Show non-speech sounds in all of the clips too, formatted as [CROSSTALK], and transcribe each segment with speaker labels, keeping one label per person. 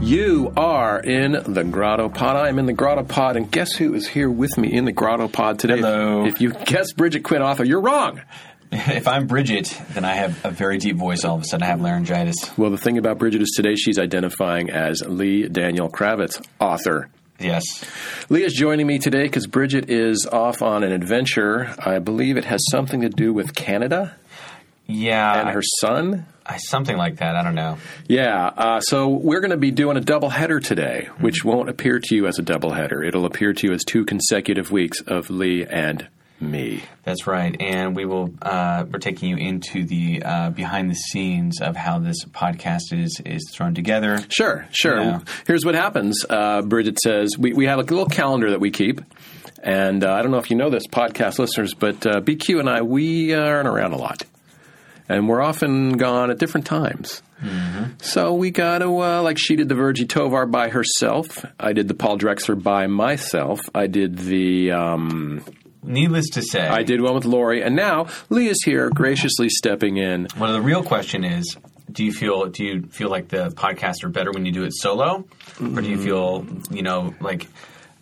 Speaker 1: You are in the Grotto Pod. I am in the Grotto Pod, and guess who is here with me in the Grotto Pod today?
Speaker 2: Hello.
Speaker 1: If you guess Bridget Quinn author, you're wrong.
Speaker 2: [LAUGHS] If I'm Bridget, then I have a very deep voice all of a sudden. I have laryngitis.
Speaker 1: Well, the thing about Bridget is today she's identifying as Lee Daniel Kravitz, author.
Speaker 2: Yes.
Speaker 1: Lee is joining me today because Bridget is off on an adventure. I believe it has something to do with Canada
Speaker 2: Yeah.
Speaker 1: and her son.
Speaker 2: I, something like that. I don't know.
Speaker 1: Yeah, uh, so we're going to be doing a double header today, which won't appear to you as a double header. It'll appear to you as two consecutive weeks of Lee and me.
Speaker 2: That's right. And we will, uh, we're taking you into the uh, behind the scenes of how this podcast is, is thrown together.
Speaker 1: Sure, sure.
Speaker 2: Yeah.
Speaker 1: Here's what happens. Uh, Bridget says we, we have a little calendar that we keep, and uh, I don't know if you know this, podcast listeners, but uh, BQ and I we uh, aren't around a lot, and we're often gone at different times. So we got to uh, like she did the Virgie Tovar by herself. I did the Paul Drexler by myself. I did the um,
Speaker 2: Needless to say,
Speaker 1: I did one with Lori, and now Lee is here graciously stepping in.
Speaker 2: one of the real question is, do you feel do you feel like the podcasts are better when you do it solo, or do you feel you know like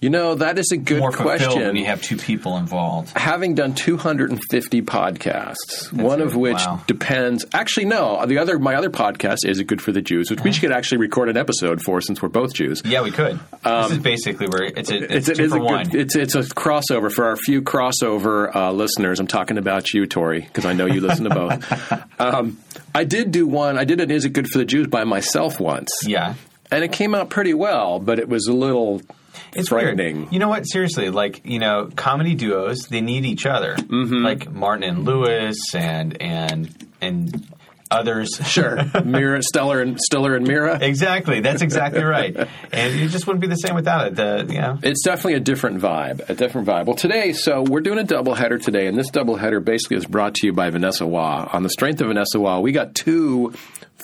Speaker 1: You know that is a good
Speaker 2: more fulfilled
Speaker 1: question.
Speaker 2: when you have two people involved?
Speaker 1: having done 250 podcasts, one of
Speaker 2: good.
Speaker 1: which
Speaker 2: Wow.
Speaker 1: depends. Actually, no. The other, my other podcast is "A Good for the Jews," which we should actually record an episode for since we're both Jews.
Speaker 2: Yeah, we could. this is basically where it's a
Speaker 1: It's,
Speaker 2: it's,
Speaker 1: it
Speaker 2: two
Speaker 1: Um, is
Speaker 2: for
Speaker 1: a
Speaker 2: one.
Speaker 1: good, it's it's a crossover for our few crossover uh, listeners. I'm talking about you, Tori, because I know you listen to
Speaker 2: [LAUGHS]
Speaker 1: both. Um, I did do one. I did an "Is It Good for the Jews" by myself once,
Speaker 2: yeah,
Speaker 1: and it came out pretty well, but it was a little
Speaker 2: it's
Speaker 1: frightening.
Speaker 2: Weird. You know what? Seriously, like you know, comedy duos they need each other.
Speaker 1: Mm-hmm.
Speaker 2: Like Martin and Lewis and and and others. [LAUGHS]
Speaker 1: Sure, [LAUGHS] Mira, Stellar, and Stiller and Mira.
Speaker 2: exactly. That's exactly right. And it just wouldn't be the same without it. The you know.
Speaker 1: It's definitely a different vibe, a different vibe. Well, today, so we're doing a double header today, and this double header basically is brought to you by Vanessa Waugh. On the strength of Vanessa Waugh, we got two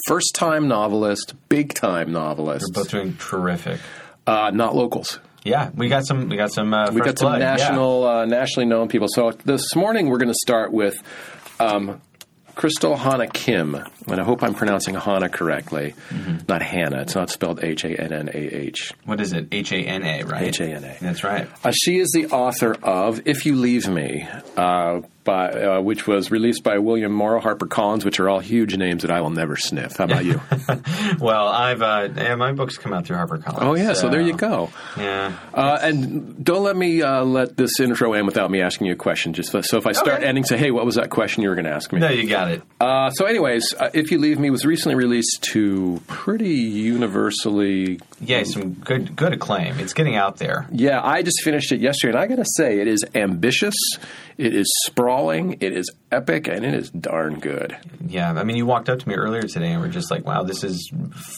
Speaker 1: first-time novelists, big-time novelists,
Speaker 2: Both doing terrific.
Speaker 1: uh, not locals.
Speaker 2: Yeah, we got some. We got some. Uh,
Speaker 1: We
Speaker 2: First
Speaker 1: got some
Speaker 2: Blood, yeah.
Speaker 1: national, uh, nationally known people. So this morning, we're going to start with um, Crystal Hannah Kim, and I hope I'm pronouncing Hannah correctly,
Speaker 2: Mm-hmm.
Speaker 1: not Hannah. It's not spelled H A N N A H.
Speaker 2: What is it? H A N A, right?
Speaker 1: H.A.N.A..
Speaker 2: That's right.
Speaker 1: Uh, she is the author of "If You Leave Me," uh, by, uh, which was released by William Morrow HarperCollins, which are all huge names that I will never sniff. How about you?
Speaker 2: Well, I've uh, yeah, my books come out through HarperCollins.
Speaker 1: [LAUGHS] oh yeah, so, there you go.
Speaker 2: Yeah.
Speaker 1: Uh, and don't let me uh, let this intro end without me asking you a question. Just so if I start
Speaker 2: Okay.
Speaker 1: ending, say, "Hey, what was that question you were going to ask me?"
Speaker 2: No, you got it.
Speaker 1: Uh, so, anyways, uh, "If You Leave Me" was recently released to pretty universally
Speaker 2: Yeah, some good good acclaim. It's getting out there.
Speaker 1: Yeah, I just finished it yesterday, and I got to say, it is ambitious, it is sprawling, it is epic, and it is darn good.
Speaker 2: Yeah, I mean, you walked up to me earlier today and were just like, "Wow, this is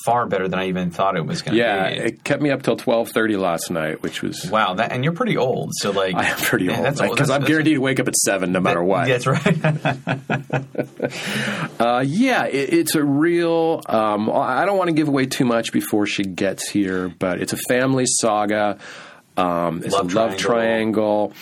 Speaker 2: far better than I even thought it was going to
Speaker 1: Yeah,
Speaker 2: be."
Speaker 1: it kept me up till twelve thirty last night, which was
Speaker 2: wow, that, and you're pretty old, so like,
Speaker 1: [LAUGHS] I am pretty
Speaker 2: Yeah,
Speaker 1: old
Speaker 2: that's old.
Speaker 1: because
Speaker 2: That's-
Speaker 1: I'm guaranteed to wake up at seven no matter what.
Speaker 2: That's [LAUGHS] right.
Speaker 1: Uh, yeah, it, it's a real. Um, I don't want to give away too much before she gets here, but it's a family saga. Um, it's
Speaker 2: Love
Speaker 1: a love triangle,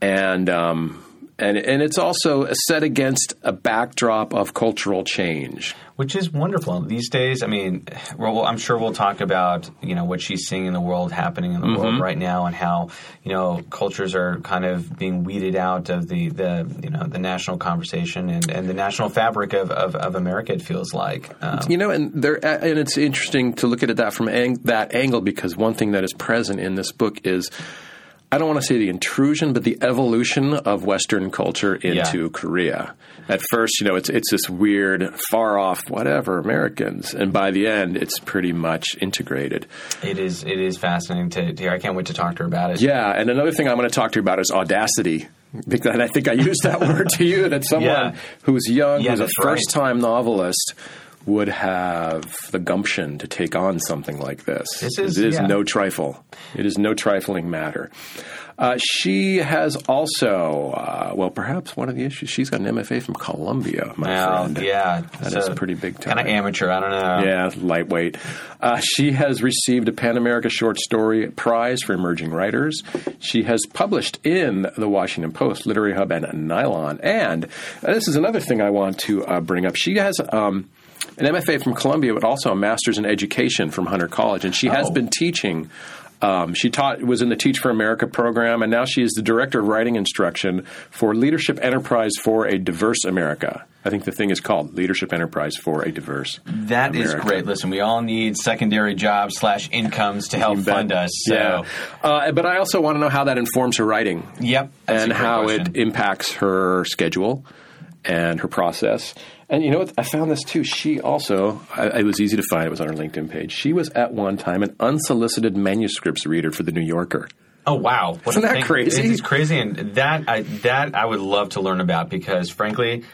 Speaker 2: triangle.
Speaker 1: and um, and and it's also set against a backdrop of cultural change.
Speaker 2: Which is wonderful these days. I mean, well, well, I'm sure we'll talk about you know what she's seeing in the world, happening in the
Speaker 1: Mm-hmm.
Speaker 2: world right now, and how you know cultures are kind of being weeded out of the, the you know the national conversation and, and the national fabric of, of, of America. It feels like um,
Speaker 1: You know, and there, and it's interesting to look at it that from ang- that angle because one thing that is present in this book is, I don't want to say the intrusion, but the evolution of Western culture into Korea. At first, you know, it's it's this weird, far off, whatever Americans, and by the end, it's pretty much integrated.
Speaker 2: it is it is fascinating to, to hear. I can't wait to talk to her about it.
Speaker 1: Yeah, and another thing I'm going to talk to you about is audacity. Because and I think I used that [LAUGHS] word to you that someone
Speaker 2: Yeah.
Speaker 1: who's young,
Speaker 2: Yeah,
Speaker 1: who's a
Speaker 2: that's right.
Speaker 1: first time novelist, would have the gumption to take on something like this.
Speaker 2: This is-
Speaker 1: it is
Speaker 2: yeah.
Speaker 1: no trifle. It is no trifling matter. Uh, she has also, uh, well, perhaps one of the issues, she's got an MFA from Columbia, my
Speaker 2: Well,
Speaker 1: friend.
Speaker 2: yeah,
Speaker 1: That is pretty big time.
Speaker 2: Kind of amateur. I don't know.
Speaker 1: Yeah, lightweight. Uh, she has received a Pan America Short Story Prize for Emerging Writers. She has published in the Washington Post, Literary Hub, and Nylon. And uh, this is another thing I want to uh, bring up. She has. Um, an MFA from Columbia, but also a master's in education from Hunter College, and she has
Speaker 2: Oh.
Speaker 1: been teaching. Um, she taught was in the Teach for America program, and now she is the director of writing instruction for Leadership Enterprise for a Diverse America. I think the thing is called Leadership Enterprise for a Diverse.
Speaker 2: That is
Speaker 1: America.
Speaker 2: great. Listen, we all need secondary jobs slash incomes to help
Speaker 1: You bet.
Speaker 2: fund us. So,
Speaker 1: Yeah. Uh, but I also want to know how that informs her writing
Speaker 2: yep. that's a
Speaker 1: and
Speaker 2: great
Speaker 1: how
Speaker 2: question.
Speaker 1: it impacts her schedule and her process. And you know what? I found this too. She also, I, it was easy to find, it was on her LinkedIn page. She was at one time an unsolicited manuscripts reader for The New Yorker.
Speaker 2: Oh wow! What
Speaker 1: Isn't
Speaker 2: a
Speaker 1: that
Speaker 2: thing.
Speaker 1: crazy?
Speaker 2: It's crazy, and that I that I would love to learn about because, frankly,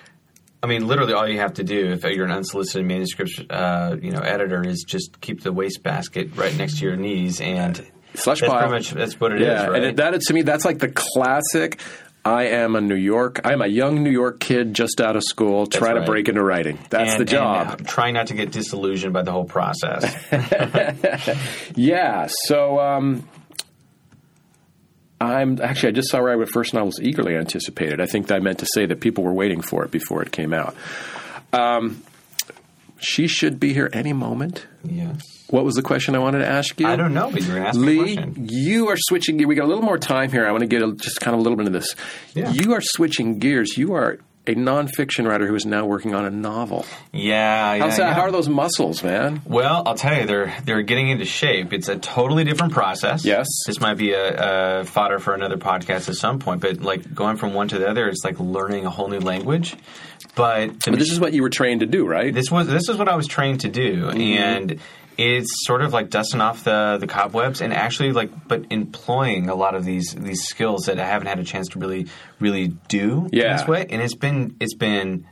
Speaker 2: I mean, literally all you have to do if you're an unsolicited manuscript, uh, you know, editor is just keep the wastebasket right next to your knees, and
Speaker 1: Slush
Speaker 2: that's
Speaker 1: pile.
Speaker 2: pretty much that's what it is,
Speaker 1: yeah,
Speaker 2: right?
Speaker 1: and it, that to me, that's like the classic. I am a New York. I am a young New York kid just out of school, trying
Speaker 2: right.
Speaker 1: to break into writing. That's
Speaker 2: And-
Speaker 1: the
Speaker 2: and,
Speaker 1: job.
Speaker 2: uh, trying not to get disillusioned by the whole process.
Speaker 1: [LAUGHS] Yeah, so um, I'm actually I just saw Robert first novel was eagerly anticipated. I think I meant to say that people were waiting for it before it came out. Um, she should be here any moment.
Speaker 2: yes,
Speaker 1: What was the question I wanted to ask you?
Speaker 2: I don't know, but you're gonna ask me a
Speaker 1: Lee,
Speaker 2: question.
Speaker 1: you are switching gear. We got a little more time here. I want to get a, just kind of a little bit of this.
Speaker 2: Yeah.
Speaker 1: You are switching gears. You are a nonfiction writer who is now working on a novel.
Speaker 2: Yeah, yeah,
Speaker 1: How's that?
Speaker 2: yeah.
Speaker 1: How are those muscles, man?
Speaker 2: Well, I'll tell you, they're they're getting into shape. It's a totally different process.
Speaker 1: Yes.
Speaker 2: this might be a, a fodder for another podcast at some point. But like going from one to the other, it's like learning a whole new language. But, the
Speaker 1: But this is what you were trained to do, right?
Speaker 2: this was this is what I was trained to do,
Speaker 1: Mm-hmm.
Speaker 2: and it's sort of like dusting off the the cobwebs and actually like but employing a lot of these these skills that I haven't had a chance to really really do
Speaker 1: Yeah.
Speaker 2: in this way. And it's been it's been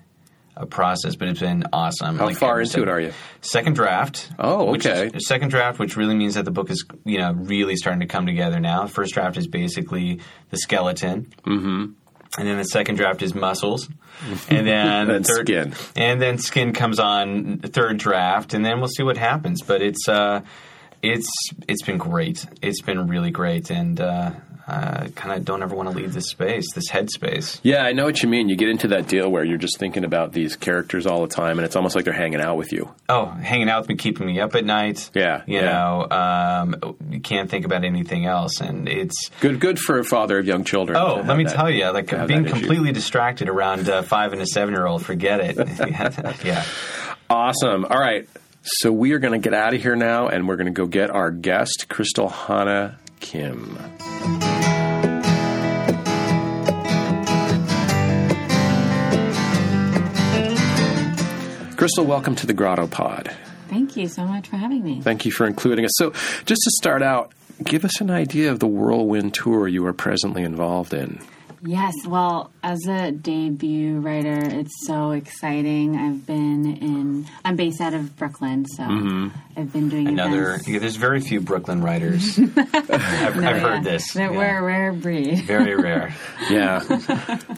Speaker 2: a process, but it's been awesome.
Speaker 1: How far into
Speaker 2: second-
Speaker 1: it are you?
Speaker 2: Second draft.
Speaker 1: Oh,
Speaker 2: which
Speaker 1: okay.
Speaker 2: is- second draft, which really means that the book is you know really starting to come together now. First draft is basically the skeleton, mm-hmm. and then the second draft
Speaker 1: [LAUGHS]
Speaker 2: is muscles, and then the
Speaker 1: And
Speaker 2: third,
Speaker 1: skin.
Speaker 2: and then skin comes on third draft, and then we'll see what happens. But it's uh, it's it's been great. It's been really great, and uh, uh, kind of don't ever want to leave this space, this headspace.
Speaker 1: Yeah, I know what you mean. You get into that deal where you're just thinking about these characters all the time, and it's almost like they're hanging out with you.
Speaker 2: Oh, hanging out with me, keeping me up at night.
Speaker 1: Yeah,
Speaker 2: you
Speaker 1: yeah.
Speaker 2: know, um, you can't think about anything else, and it's.
Speaker 1: Good, good for a father of young children. to
Speaker 2: Oh,
Speaker 1: have
Speaker 2: let me
Speaker 1: that.
Speaker 2: tell you, like
Speaker 1: have
Speaker 2: being
Speaker 1: that issue.
Speaker 2: completely distracted around a five and a seven year old,
Speaker 1: [LAUGHS]
Speaker 2: forget it. [LAUGHS] yeah.
Speaker 1: Awesome. All right, so we are going to get out of here now, and we're going to go get our guest, Crystal Hana Kim. Crystal, welcome to the Grotto Pod.
Speaker 3: Thank you so much for having me.
Speaker 1: Thank you for including us. So, just to start out, give us an idea of the whirlwind tour you are presently involved in.
Speaker 3: Yes, well, as a debut writer, it's so exciting. I've been in, I'm based out of Brooklyn, so I've been doing
Speaker 2: Mm-hmm. Another,
Speaker 3: events.
Speaker 2: yeah, there's very few Brooklyn
Speaker 3: [LAUGHS]
Speaker 2: writers. I've, I've heard
Speaker 3: Oh, Yeah,
Speaker 2: this.
Speaker 3: That
Speaker 2: Yeah.
Speaker 3: we're a rare breed.
Speaker 2: Very rare.
Speaker 1: Yeah.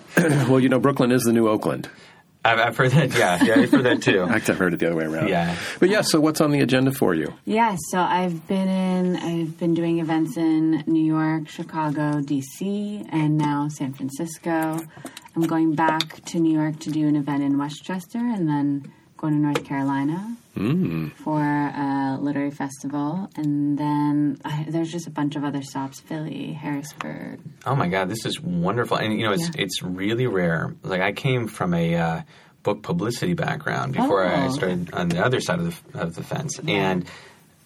Speaker 1: [LAUGHS] well, you know, Brooklyn is the new Oakland.
Speaker 2: I've, I've heard that. Yeah, yeah, I've heard that too.
Speaker 1: In fact, I've heard it the other way around.
Speaker 2: Yeah.
Speaker 1: But yeah, so what's on the agenda for you?
Speaker 3: Yeah, so I've been in, I've been doing events in New York, Chicago, D.C., and now San Francisco. I'm going back to New York to do an event in Westchester and then going to North Carolina.
Speaker 1: Mm.
Speaker 3: for a literary festival, and then I, there's just a bunch of other stops: Philly, Harrisburg.
Speaker 2: Oh my God, this is wonderful. And you know, it's
Speaker 3: Yeah.
Speaker 2: it's really rare. Like I came from a uh, book publicity background before I
Speaker 3: Oh.
Speaker 2: started on the other side of the of the fence, and.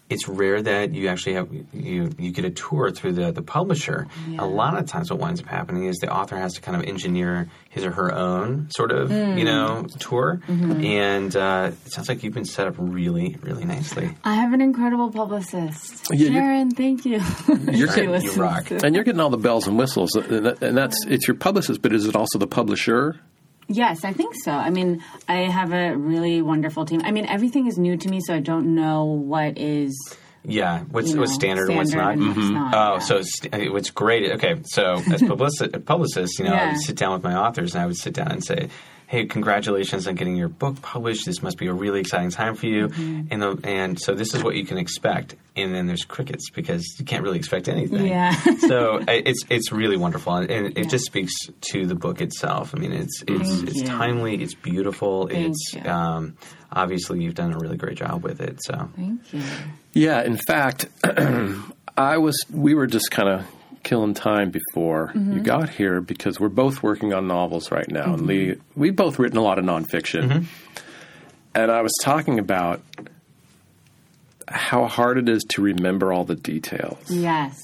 Speaker 2: It's rare that you actually have you you get a tour through the the publisher.
Speaker 3: Yeah.
Speaker 2: A lot of times, what winds up happening is the author has to kind of engineer his or her own sort of
Speaker 3: Mm.
Speaker 2: you know tour,
Speaker 3: Mm-hmm.
Speaker 2: and uh, it sounds like you've been set up really really nicely.
Speaker 3: [LAUGHS] I have an incredible publicist,
Speaker 1: Yeah, you-
Speaker 3: Sharon. Thank you.
Speaker 1: You're
Speaker 3: [LAUGHS] She
Speaker 1: getting- you
Speaker 3: listens
Speaker 2: rock.
Speaker 3: to-
Speaker 1: And you're getting all the bells and whistles, and that- and that's it's your publicist, but is it also the publisher?
Speaker 3: Yes, I think so. I mean, I have a really wonderful team. I mean, everything is new to me, so I don't know what is
Speaker 2: yeah, what's
Speaker 3: you
Speaker 2: what's
Speaker 3: know, Mm-hmm.
Speaker 2: standard, and what's not.
Speaker 3: and what's not,
Speaker 2: Oh,
Speaker 3: yeah.
Speaker 2: so it's, it- what's great? Okay, so as publicist,
Speaker 3: [LAUGHS]
Speaker 2: publicist, you know, I
Speaker 3: Yeah.
Speaker 2: would sit down with my authors and I would sit down and say, "Hey, congratulations on getting your book published. This must be a really exciting time for you."
Speaker 3: Mm-hmm.
Speaker 2: And the, and so this is what you can expect. And then there's crickets because you can't really expect anything.
Speaker 3: Yeah.
Speaker 2: [LAUGHS] so i- it's it's really wonderful, and it, it
Speaker 3: Yeah.
Speaker 2: just speaks to the book itself. I mean, it's it's
Speaker 3: Thank
Speaker 2: it's
Speaker 3: you.
Speaker 2: timely. It's beautiful.
Speaker 3: Thank
Speaker 2: it's
Speaker 3: you.
Speaker 2: um, obviously you've done a really great job with it. So
Speaker 3: Thank you.
Speaker 1: Yeah, in fact, [CLEARS THROAT] I was. We were just kind of killing time before you got here because we're both working on novels right now, and Lee, we've both written a lot of nonfiction. And I was talking about how hard it is to remember all the details.
Speaker 3: Yes.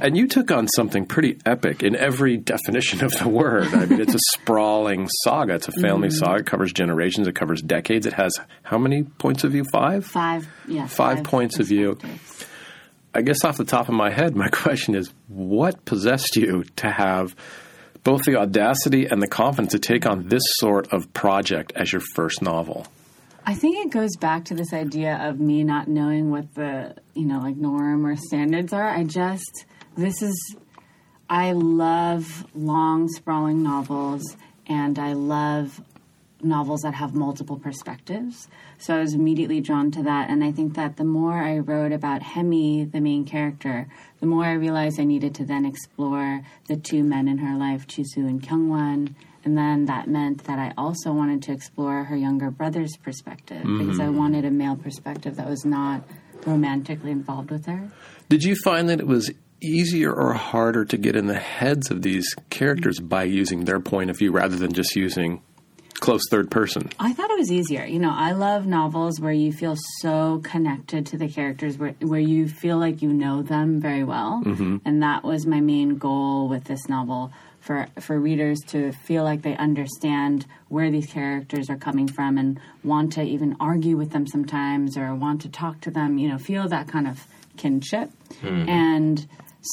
Speaker 1: And you took on something pretty epic in every definition of the [LAUGHS] word. I mean, it's a sprawling saga. It's a family saga. It covers generations. It covers decades. It has how many points of view? Five?
Speaker 3: Five. Yeah.
Speaker 1: Five points of view.
Speaker 3: perspectives.
Speaker 1: I guess off the top of my head, my [LAUGHS] question is what possessed you to have both the audacity and the confidence to take on this sort of project as your first novel?
Speaker 3: I think it goes back to this idea of me not knowing what the, you know, like norm or standards are. I just, this is, I love long, sprawling novels and I love novels that have multiple perspectives. So I was immediately drawn to that. And I think that the more I wrote about Hemi, the main character, the more I realized I needed to then explore the two men in her life, Chisu and Kyungwon. And then that meant that I also wanted to explore her younger brother's perspective because I wanted a male perspective that was not romantically involved with her.
Speaker 1: Did you find that it was easier or harder to get in the heads of these characters by using their point of view rather than just using close third person?
Speaker 3: I thought it was easier. You know, I love novels where you feel so connected to the characters, where, where you feel like you know them very well. And that was my main goal with this novel for, for readers to feel like they understand where these characters are coming from and want to even argue with them sometimes or want to talk to them, you know, feel that kind of kinship. And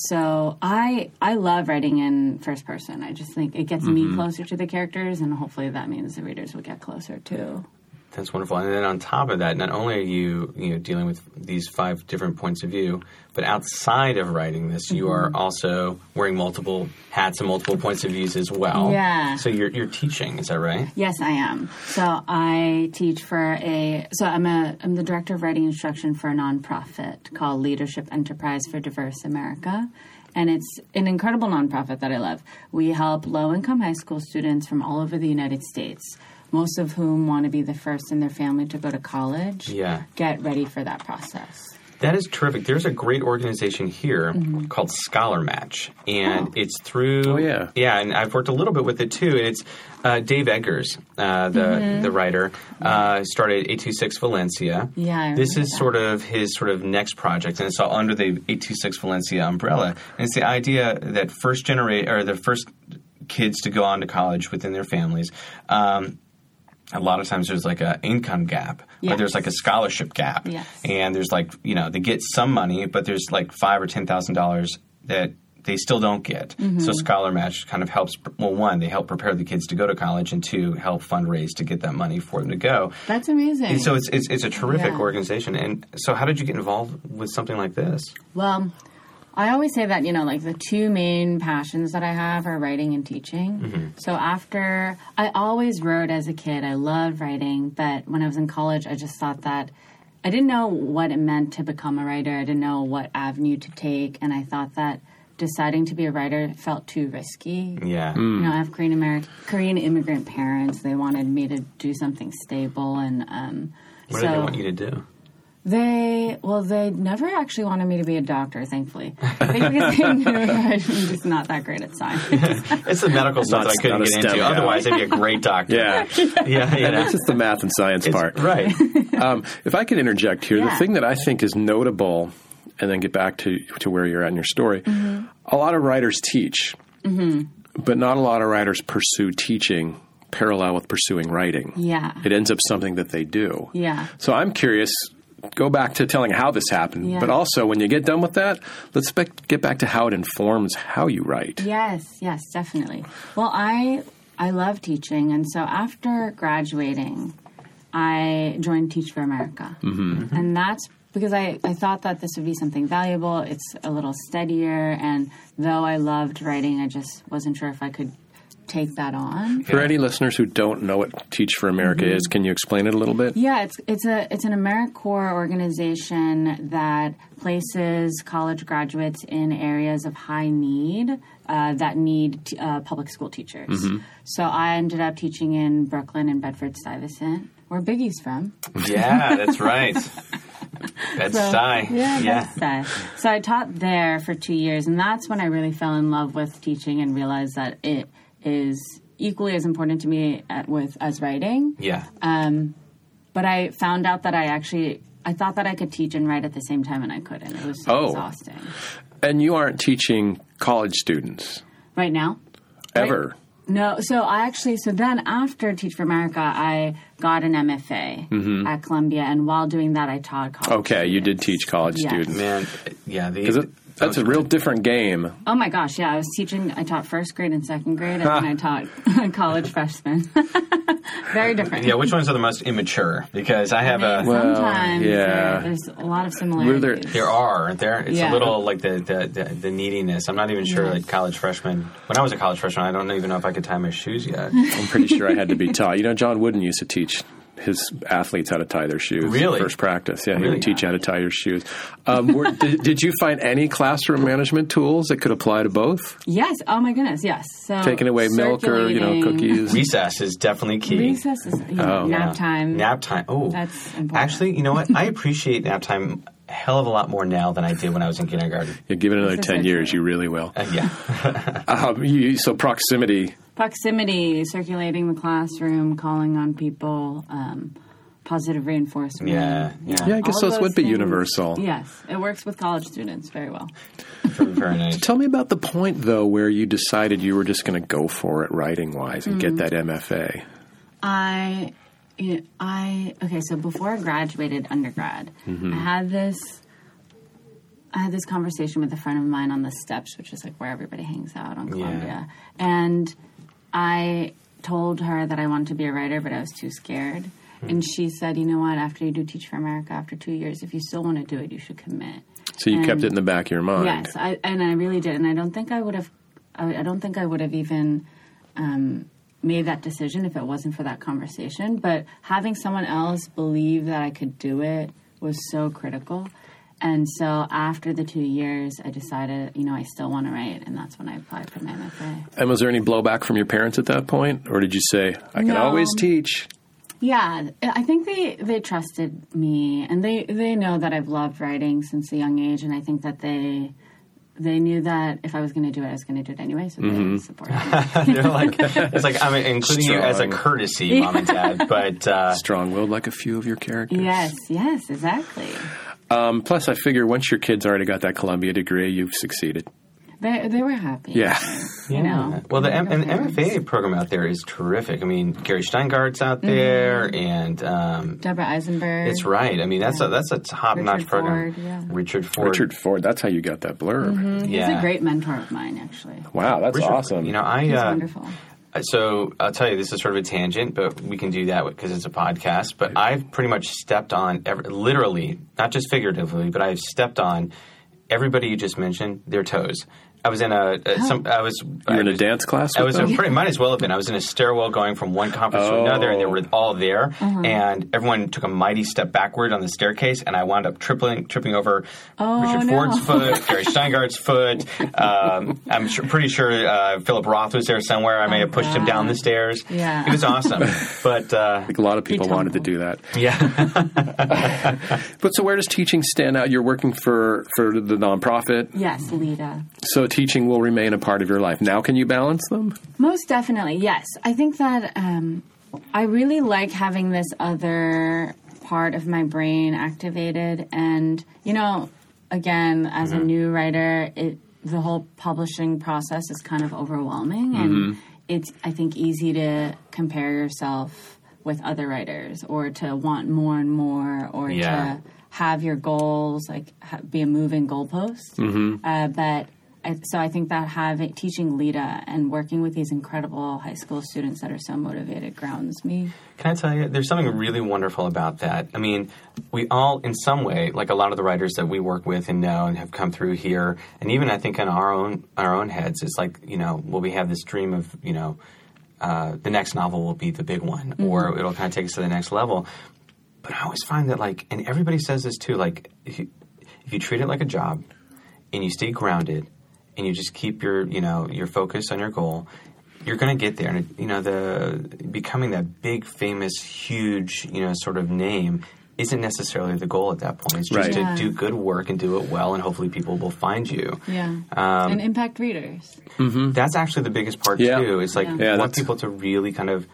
Speaker 3: so I I love writing in first person. I just think it gets
Speaker 2: Mm-hmm.
Speaker 3: me closer to the characters, and hopefully that means the readers will get closer too.
Speaker 2: That's wonderful. And then on top of that, not only are you you know dealing with these five different points of view, but outside of writing this, you are also wearing multiple hats and multiple points of views as well.
Speaker 3: Yeah.
Speaker 2: So you're you're teaching, is that right?
Speaker 3: Yes, I am. So I teach for a so I'm a I'm the director of writing instruction for a nonprofit called Leadership Enterprise for Diverse America. And it's an incredible nonprofit that I love. We help low income high school students from all over the United States, most of whom want to be the first in their family to go to college.
Speaker 2: Yeah.
Speaker 3: Get ready for that process.
Speaker 2: That is terrific. There's a great organization here
Speaker 3: Mm-hmm.
Speaker 2: called Scholar Match, and it's through. Oh
Speaker 1: yeah.
Speaker 2: yeah, and I've worked a little bit with it too. And it's uh, Dave Eggers, uh, the
Speaker 3: Mm-hmm.
Speaker 2: the writer, uh, started eight two six Valencia.
Speaker 3: Yeah, I
Speaker 2: this
Speaker 3: remember
Speaker 2: is
Speaker 3: that.
Speaker 2: sort of his sort of next project, and it's all under the eight two six Valencia umbrella. And it's the idea that first generate or the first kids to go on to college within their families. Um, a lot of times there's like a income gap, or
Speaker 3: Yes.
Speaker 2: there's like a scholarship gap,
Speaker 3: Yes.
Speaker 2: and there's like you know they get some money, but there's like five or ten thousand dollars that they still don't get.
Speaker 3: Mm-hmm.
Speaker 2: So Scholar Match kind of helps. Well, one, they help prepare the kids to go to college, and two, help fundraise to get that money for them to go.
Speaker 3: That's amazing.
Speaker 2: And so it's it's, it's a terrific
Speaker 3: Yeah.
Speaker 2: organization. And so, how did you get involved with something like this?
Speaker 3: Well, I always say that, you know, like the two main passions that I have are writing and teaching.
Speaker 2: Mm-hmm.
Speaker 3: So after, I always wrote as a kid. I loved writing, but when I was in college, I just thought that I didn't know what it meant to become a writer. I didn't know what avenue to take. And I thought that deciding to be a writer felt too risky.
Speaker 2: Yeah,
Speaker 3: You know, I have Korean American, Korean immigrant parents. They wanted me to do something stable, and um,
Speaker 2: what
Speaker 3: so
Speaker 2: did they want you to do?
Speaker 3: they well, they never actually wanted me to be a doctor. Thankfully, I think because they [LAUGHS] knew I'm just not that great at science.
Speaker 2: It's the [LAUGHS] medical stuff
Speaker 1: Not-
Speaker 2: that I couldn't
Speaker 1: not a
Speaker 2: get
Speaker 1: STEM
Speaker 2: into.
Speaker 1: guy.
Speaker 2: Otherwise, I'd be a [LAUGHS] great doctor.
Speaker 1: Yeah,
Speaker 2: yeah, you know.
Speaker 1: that's just the math and science part.
Speaker 3: [LAUGHS]
Speaker 2: right.
Speaker 1: Um, if I could interject here, the
Speaker 3: Yeah.
Speaker 1: thing that I think is notable, and then get back to, to where you're at in your story,
Speaker 3: Mm-hmm.
Speaker 1: a lot of writers teach, but not a lot of writers pursue teaching parallel with pursuing writing.
Speaker 3: Yeah.
Speaker 1: It ends up something that they do.
Speaker 3: Yeah.
Speaker 1: So I'm curious. Go back to telling how this happened,
Speaker 3: Yeah.
Speaker 1: but also when you get done with that, let's spec get back to how it informs how you write.
Speaker 3: Yes, yes, definitely. Well, I I love teaching, and so after graduating, I joined Teach for America, and that's because I, I thought that this would be something valuable. It's a little steadier, and though I loved writing, I just wasn't sure if I could take that on.
Speaker 1: For any listeners who don't know what Teach for America is, can you explain it a little bit?
Speaker 3: Mm-hmm. Yeah, it's it's a it's an AmeriCorps organization that places college graduates in areas of high need uh, that need t- uh, public school teachers. So I ended up teaching in Brooklyn and Bedford Stuyvesant, where Biggie's from.
Speaker 2: Yeah, that's
Speaker 3: [LAUGHS]
Speaker 2: right. That's
Speaker 3: So-
Speaker 2: Psy.
Speaker 3: Yeah, that's Psy. So I taught there for two years, and that's when I really fell in love with teaching and realized that it is equally as important to me at, with as writing.
Speaker 2: Yeah.
Speaker 3: But I found out that I actually I thought that I could teach and write at the same time, and I couldn't. It was so
Speaker 1: Oh.
Speaker 3: exhausting.
Speaker 1: And you aren't teaching college students
Speaker 3: Right now.
Speaker 1: ever.
Speaker 3: No, so I actually, so then after Teach for America, I got an MFA at Columbia, and while doing that, I taught college.
Speaker 1: Mm-hmm. Okay, you did
Speaker 3: students.
Speaker 1: teach college
Speaker 3: Yes.
Speaker 1: students.
Speaker 2: Man, yeah. The,
Speaker 1: 'Cause it- that's a real different game.
Speaker 3: Oh my gosh, yeah. I was teaching, I taught first grade and second grade, and then I taught [LAUGHS] college freshmen. Very different.
Speaker 2: Yeah, which ones are the most immature? Because I have a.
Speaker 1: uh, Well,
Speaker 3: Sometimes
Speaker 1: yeah.
Speaker 3: there- there's a lot of
Speaker 1: Were
Speaker 3: similarities.
Speaker 1: there-
Speaker 2: There are, aren't there? It's
Speaker 3: Yeah.
Speaker 2: a little like the, the, the, the neediness. I'm not even sure
Speaker 3: Yes.
Speaker 2: that college freshmen, when I was a college freshman, I don't even know if I could tie my shoes
Speaker 3: [LAUGHS]
Speaker 2: yet.
Speaker 1: I'm pretty sure I had to be taught. You know, John Wooden used to teach his athletes how to tie their shoes.
Speaker 2: Really?
Speaker 1: First practice. Yeah, he
Speaker 2: Really?
Speaker 1: would teach you how to tie your shoes. Um, were, [LAUGHS] did, did you find any classroom management tools that could apply to both?
Speaker 3: Yes. Oh my goodness. Yes. So
Speaker 1: Taking away milk or, you know,
Speaker 3: circulating-
Speaker 1: cookies?
Speaker 2: Recess is definitely key.
Speaker 3: Recess is you know,
Speaker 1: Oh.
Speaker 2: Yeah.
Speaker 3: nap time.
Speaker 2: Nap time. Oh,
Speaker 3: That's important.
Speaker 2: Actually, you know what? I appreciate nap time a hell of a lot more now than I did when I was in kindergarten.
Speaker 1: Yeah, give it another
Speaker 3: This is
Speaker 1: 10
Speaker 3: so
Speaker 1: years,
Speaker 3: true.
Speaker 1: you really will.
Speaker 2: Uh,
Speaker 3: [LAUGHS]
Speaker 2: yeah.
Speaker 1: Um, you, so proximity.
Speaker 3: Proximity, circulating the classroom, calling on people, um, positive reinforcement.
Speaker 2: Yeah. Yeah.
Speaker 1: Yeah, I guess
Speaker 3: All
Speaker 1: those, would be
Speaker 3: things.
Speaker 1: universal.
Speaker 3: Yes, it works with college students very well.
Speaker 2: Very, very nice.
Speaker 1: Tell me about the point, though, where you decided you were just going to go for it writing wise and
Speaker 3: Mm-hmm.
Speaker 1: get that MFA.
Speaker 3: I, you know, I okay. So before I graduated undergrad, I had this. I had this conversation with a friend of mine on the steps, which is like where everybody hangs out on Columbia, and I told her that I wanted to be a writer, but I was too scared. And she said, "You know what? After you do Teach for America, after two years, if you still want to do it, you should commit."
Speaker 1: So you kept
Speaker 3: And-
Speaker 1: it in the back of your mind.
Speaker 3: Yes, I, and I really did, and I don't think I would have. I, I don't think I would have even um, made that decision if it wasn't for that conversation. But having someone else believe that I could do it was so critical. And so after the two years, I decided, you know, I still want to write, and that's when I applied for my MFA.
Speaker 1: And was there any blowback from your parents at that point? Or did you say, I can
Speaker 3: No.
Speaker 1: always teach?
Speaker 3: Yeah, I think they they trusted me, and they they know that I've loved writing since a young age, and I think that they. They knew that if I was going to do it, I was going to do it anyway, so they supported me.
Speaker 2: They're like, it's like
Speaker 1: [LAUGHS]
Speaker 2: I'm including you as a
Speaker 1: Strong.
Speaker 2: courtesy, mom and dad. But uh,
Speaker 1: Strong willed like a few of your characters.
Speaker 3: Yes, yes, exactly.
Speaker 1: Um, plus, I figure once your kid's already got that Columbia degree, you've succeeded.
Speaker 3: They they were happy.
Speaker 2: [LAUGHS]
Speaker 1: Yeah.
Speaker 3: you know.
Speaker 2: Well, the,
Speaker 3: Like
Speaker 2: M-
Speaker 3: our
Speaker 2: and the
Speaker 3: parents.
Speaker 2: MFA program out there is terrific. I mean, Gary Steingart's out
Speaker 3: Mm-hmm.
Speaker 2: there, and um,
Speaker 3: Deborah Eisenberg.
Speaker 2: it's right. I mean, that's a that's a top notch
Speaker 3: Richard
Speaker 2: program.
Speaker 3: Ford, yeah.
Speaker 2: Richard Ford.
Speaker 1: Richard Ford, that's how you got that blurb.
Speaker 3: Mm-hmm.
Speaker 2: yeah.
Speaker 3: He's a great mentor of mine, actually.
Speaker 1: Wow, that's
Speaker 2: Richard-
Speaker 1: awesome.
Speaker 2: You know, I
Speaker 3: He's
Speaker 2: uh,
Speaker 3: wonderful.
Speaker 2: So I'll tell you, this is sort of a tangent, but we can do that because it's a podcast. But I've pretty much stepped on, every, literally, not just figuratively, but I've stepped on everybody you just mentioned, their toes. I was in a, a
Speaker 3: Oh.
Speaker 2: some, I was
Speaker 1: You're in a dance class?
Speaker 2: I
Speaker 1: with
Speaker 2: was
Speaker 3: [LAUGHS]
Speaker 1: them?
Speaker 2: in, pretty, might as well have been. I was in a stairwell going from one conference to
Speaker 1: Oh.
Speaker 2: another, and they were all there.
Speaker 3: Uh-huh.
Speaker 2: And everyone took a mighty step backward on the staircase, and I wound up tripling, tripping over Richard
Speaker 3: Oh, no. [LAUGHS]
Speaker 2: Ford's foot, Gary Steingart's foot. Um, I'm sure, pretty sure uh, Philip Roth was there somewhere. I may have pushed him down the stairs.
Speaker 3: Oh, Yeah.
Speaker 2: it was
Speaker 3: [LAUGHS]
Speaker 2: awesome. but uh,
Speaker 1: a lot of people wanted to
Speaker 3: tumbled.
Speaker 1: do that.
Speaker 2: yeah,
Speaker 1: But so, where does teaching stand out? You're working for, for the nonprofit,
Speaker 3: Yes, Lita.
Speaker 1: so teaching will remain a part of your life. Now, can you balance them?
Speaker 3: Most definitely, yes. I think that um, I really like having this other part of my brain activated, and you know, again, as a new writer, it the whole publishing process is kind of overwhelming, and it's I think easy to compare yourself with other writers or to want more and more or
Speaker 2: Yeah.
Speaker 3: to have your goals like ha- be a moving goalpost. Uh, but I- so I think that having teaching Lita and working with these incredible high school students that are so motivated grounds me.
Speaker 2: Can I tell you, there's something really wonderful about that. I mean, we all, in some way, like a lot of the writers that we work with and know and have come through here, and even I think in our own our own heads, it's like you know, well, we have this dream of you know, uh, the next novel will be the big one, or it'll kind of take us to the next level. But I always find that like, and everybody says this too, like if you, if you treat it like a job, and you stay grounded, and you just keep your you know your focus on your goal, you're going to get there. And you know, the becoming that big, famous, huge, you know, sort of name isn't necessarily the goal at that point. It's just
Speaker 1: Right.
Speaker 2: to
Speaker 3: Yeah.
Speaker 2: do good work and do it well, and hopefully people will find you.
Speaker 3: Yeah.
Speaker 2: Um,
Speaker 3: and impact readers.
Speaker 2: That's actually the biggest part
Speaker 1: Yeah.
Speaker 2: too. It's like
Speaker 3: Yeah.
Speaker 2: I
Speaker 1: Yeah,
Speaker 2: want
Speaker 1: that's-
Speaker 2: people to really kind of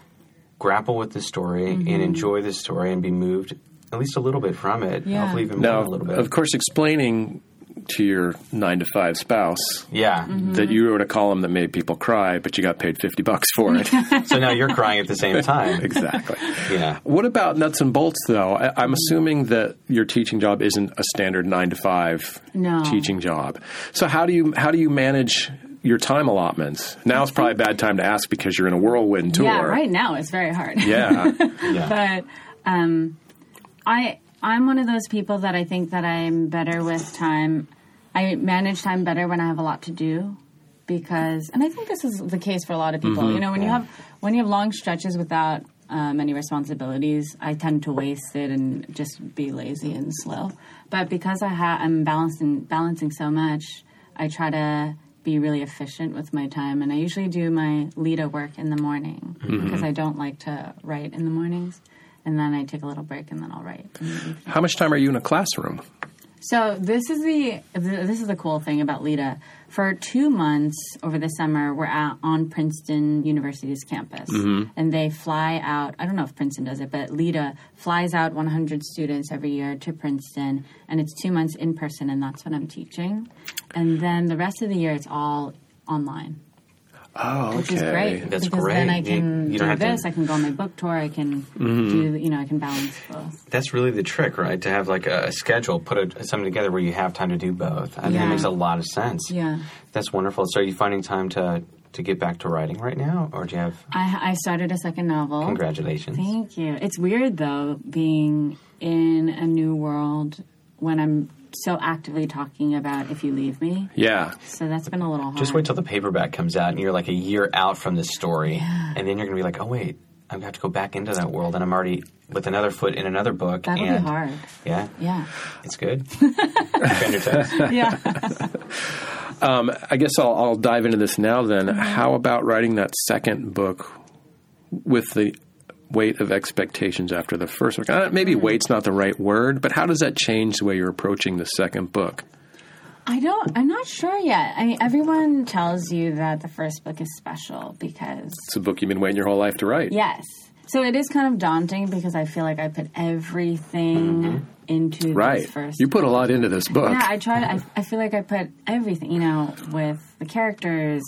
Speaker 2: grapple with the story
Speaker 3: Mm-hmm.
Speaker 2: and enjoy the story and be moved at least a little bit from it.
Speaker 3: Yeah.
Speaker 2: Hopefully even
Speaker 1: Now,
Speaker 2: more a little bit.
Speaker 1: of course, explaining to your nine to five spouse
Speaker 2: Yeah.
Speaker 3: Mm-hmm.
Speaker 1: that you wrote a column that made people cry, but you got paid 50 bucks for
Speaker 3: [LAUGHS]
Speaker 1: it.
Speaker 2: So now you're crying at the same time.
Speaker 1: [LAUGHS] exactly.
Speaker 2: Yeah.
Speaker 1: What about nuts and bolts, though? I, I'm assuming that your teaching job isn't a standard nine to five
Speaker 3: No.
Speaker 1: teaching job. So how do you how do you manage your time allotments? Now's probably a bad time to ask because you're in a whirlwind tour.
Speaker 3: Yeah, right now it's very hard.
Speaker 1: Yeah.
Speaker 2: Yeah.
Speaker 3: [LAUGHS] but um, I I'm one of those people that I think that I'm better with time. I manage time better when I have a lot to do because, and I think this is the case for a lot of people. You know, when you
Speaker 2: Yeah.
Speaker 3: have when you have long stretches without um, any responsibilities, I tend to waste it and just be lazy and slow. But because I ha- I'm balancing balancing so much, I try to be really efficient with my time, and I usually do my Lita work in the morning because I don't like to write in the mornings. And then I take a little break, and then I'll write. in the evening.
Speaker 1: how much time are you in a classroom?
Speaker 3: So this is the th- this is the cool thing about Lita. For two months over the summer, we're out on Princeton University's campus,
Speaker 2: Mm-hmm.
Speaker 3: and they fly out. I don't know if Princeton does it, but Lita flies out 100 students every year to Princeton, and it's two months in person, and that's what I'm teaching. And then the rest of the year, it's all online,
Speaker 1: Oh, okay.
Speaker 3: which is great.
Speaker 2: That's
Speaker 3: because
Speaker 2: great.
Speaker 3: Then I
Speaker 2: You-
Speaker 3: can
Speaker 2: you don't
Speaker 3: do
Speaker 2: have to- Mm-hmm.
Speaker 3: this. I can go on my book tour. I can do you know I can balance both.
Speaker 2: that's really the trick, right? To have like a, a schedule, put a, something together where you have time to do both. I think
Speaker 3: Yeah.
Speaker 2: it makes a lot of sense.
Speaker 3: Yeah.
Speaker 2: that's wonderful. So, are you finding time to to get back to writing right now, or do you have?
Speaker 3: I, I started a second novel.
Speaker 2: Congratulations.
Speaker 3: Thank you. It's weird though being in a new world when I'm so actively talking about if you leave me.
Speaker 1: Yeah.
Speaker 3: So that's been a little hard.
Speaker 2: Just wait till the paperback comes out, and you're like a year out from this story, and then you're going to be like, "Oh wait, I have to go back into that world, and I'm already with another foot in another book."
Speaker 3: That'll
Speaker 2: and
Speaker 3: be hard.
Speaker 2: Yeah,
Speaker 3: Yeah.
Speaker 2: it's
Speaker 3: [LAUGHS]
Speaker 2: good. Defend your toes.
Speaker 3: Yeah.
Speaker 1: I guess I'll, I'll dive into this now then.
Speaker 3: Mm-hmm.
Speaker 1: How about writing that second book with the weight of expectations after the first book? Uh,
Speaker 3: Mm-hmm.
Speaker 1: maybe weight's not the right word, but how does that change the way you're approaching the second book?
Speaker 3: I don't. I'm not sure yet. I mean, everyone tells you that the first book is special because
Speaker 1: It's a book you've been waiting your whole life to write.
Speaker 3: yes. So it is kind of daunting because I feel like I put everything into
Speaker 1: Right.
Speaker 3: this first.
Speaker 1: You put a lot into this book.
Speaker 3: Yeah, I tried. I, I feel like I put everything, you know, with the characters,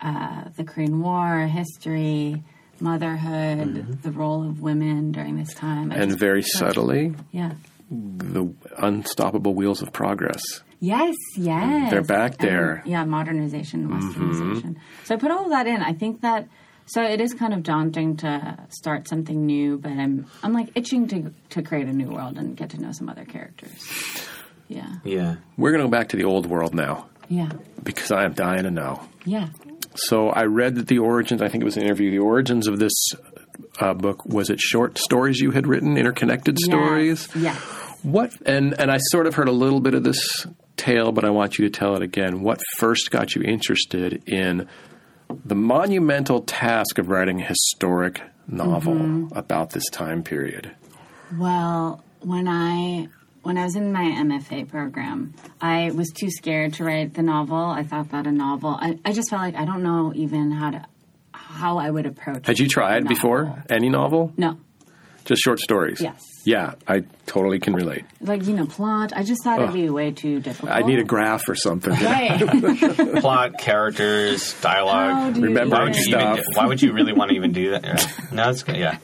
Speaker 3: uh, the Korean War, history, motherhood, the role of women during this time. I
Speaker 1: Mm-hmm. and
Speaker 3: just-
Speaker 1: very subtly,
Speaker 3: Yeah.
Speaker 1: the unstoppable wheels of progress.
Speaker 3: Yes, yes.
Speaker 1: They're back
Speaker 3: And,
Speaker 1: there. Mm-hmm.
Speaker 3: yeah, modernization, westernization. So I put all of that in. I think that so it is kind of daunting to start something new, but I'm I'm like itching to to create a new world and get to know some other characters. Yeah.
Speaker 2: Yeah,
Speaker 1: We're going to go back to the old world now
Speaker 3: Yeah.
Speaker 1: because I am dying to know.
Speaker 3: Yeah.
Speaker 1: So I read that the origins, I think it was an interview, the origins of this uh, book was it short stories you had written, interconnected stories?
Speaker 3: Yes.
Speaker 1: What and and I sort of heard a little bit of this tale, but I want you to tell it again. What first got you interested in the monumental task of writing a historic novel
Speaker 3: Mm-hmm.
Speaker 1: about this time period?
Speaker 3: Well, when I when I was in my MFA program, I was too scared to write the novel. I thought that a novel. I, I just felt like I don't know even how to how I would approach.
Speaker 1: Had you
Speaker 3: a
Speaker 1: tried
Speaker 3: novel.
Speaker 1: before any novel?
Speaker 3: No.
Speaker 1: Just short stories.
Speaker 3: Yes.
Speaker 1: Yeah, I totally can relate.
Speaker 3: Like, you know, plot. I just thought it'd be way too difficult.
Speaker 1: I need a graph or
Speaker 3: [LAUGHS]
Speaker 1: something.
Speaker 3: Right.
Speaker 2: Plot, characters,
Speaker 3: How
Speaker 2: dialogue.
Speaker 3: do you
Speaker 1: Remember
Speaker 2: why
Speaker 3: do
Speaker 2: would
Speaker 3: it?
Speaker 2: you
Speaker 1: stuff.
Speaker 2: even? Do, why would you really want to even do that? Yeah. No, it's good.
Speaker 3: [LAUGHS]
Speaker 2: Yeah.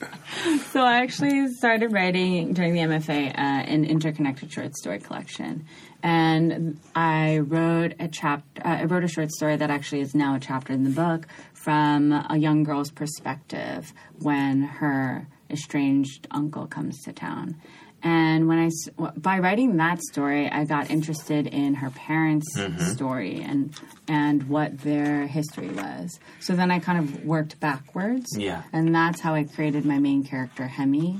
Speaker 3: So I actually started writing during the MFA uh, an interconnected short story collection, and I wrote a chapter. Uh, I wrote a short story that actually is now a chapter in the book from a young girl's perspective when her estranged uncle comes to town. And when I s- w- by writing that story, I got interested in her parents' story and and what their history was. So then I kind of worked backwards,
Speaker 2: Yeah.
Speaker 3: and that's how I created my main character, Hemi.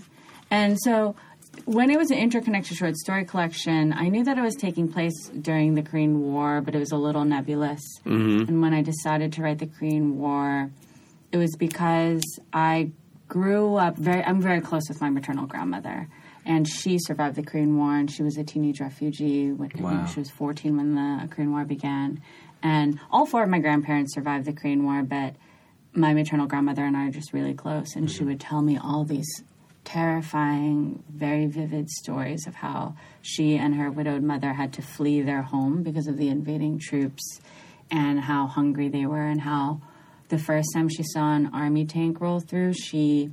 Speaker 3: And so when it was an interconnected short story collection, I knew that it was taking place during the Korean War, but it was a little nebulous. And when I decided to write the Korean War, it was because I grew up very I'm very close with my maternal grandmother. And she survived the Korean War, and she was a teenage refugee. When, I think
Speaker 2: Wow.
Speaker 3: She was 14 when the Korean War began. And all four of my grandparents survived the Korean War, but my maternal grandmother and I are just really close, and
Speaker 2: Mm-hmm.
Speaker 3: she would tell me all these terrifying, very vivid stories of how she and her widowed mother had to flee their home because of the invading troops and how hungry they were, and how the first time she saw an army tank roll through, she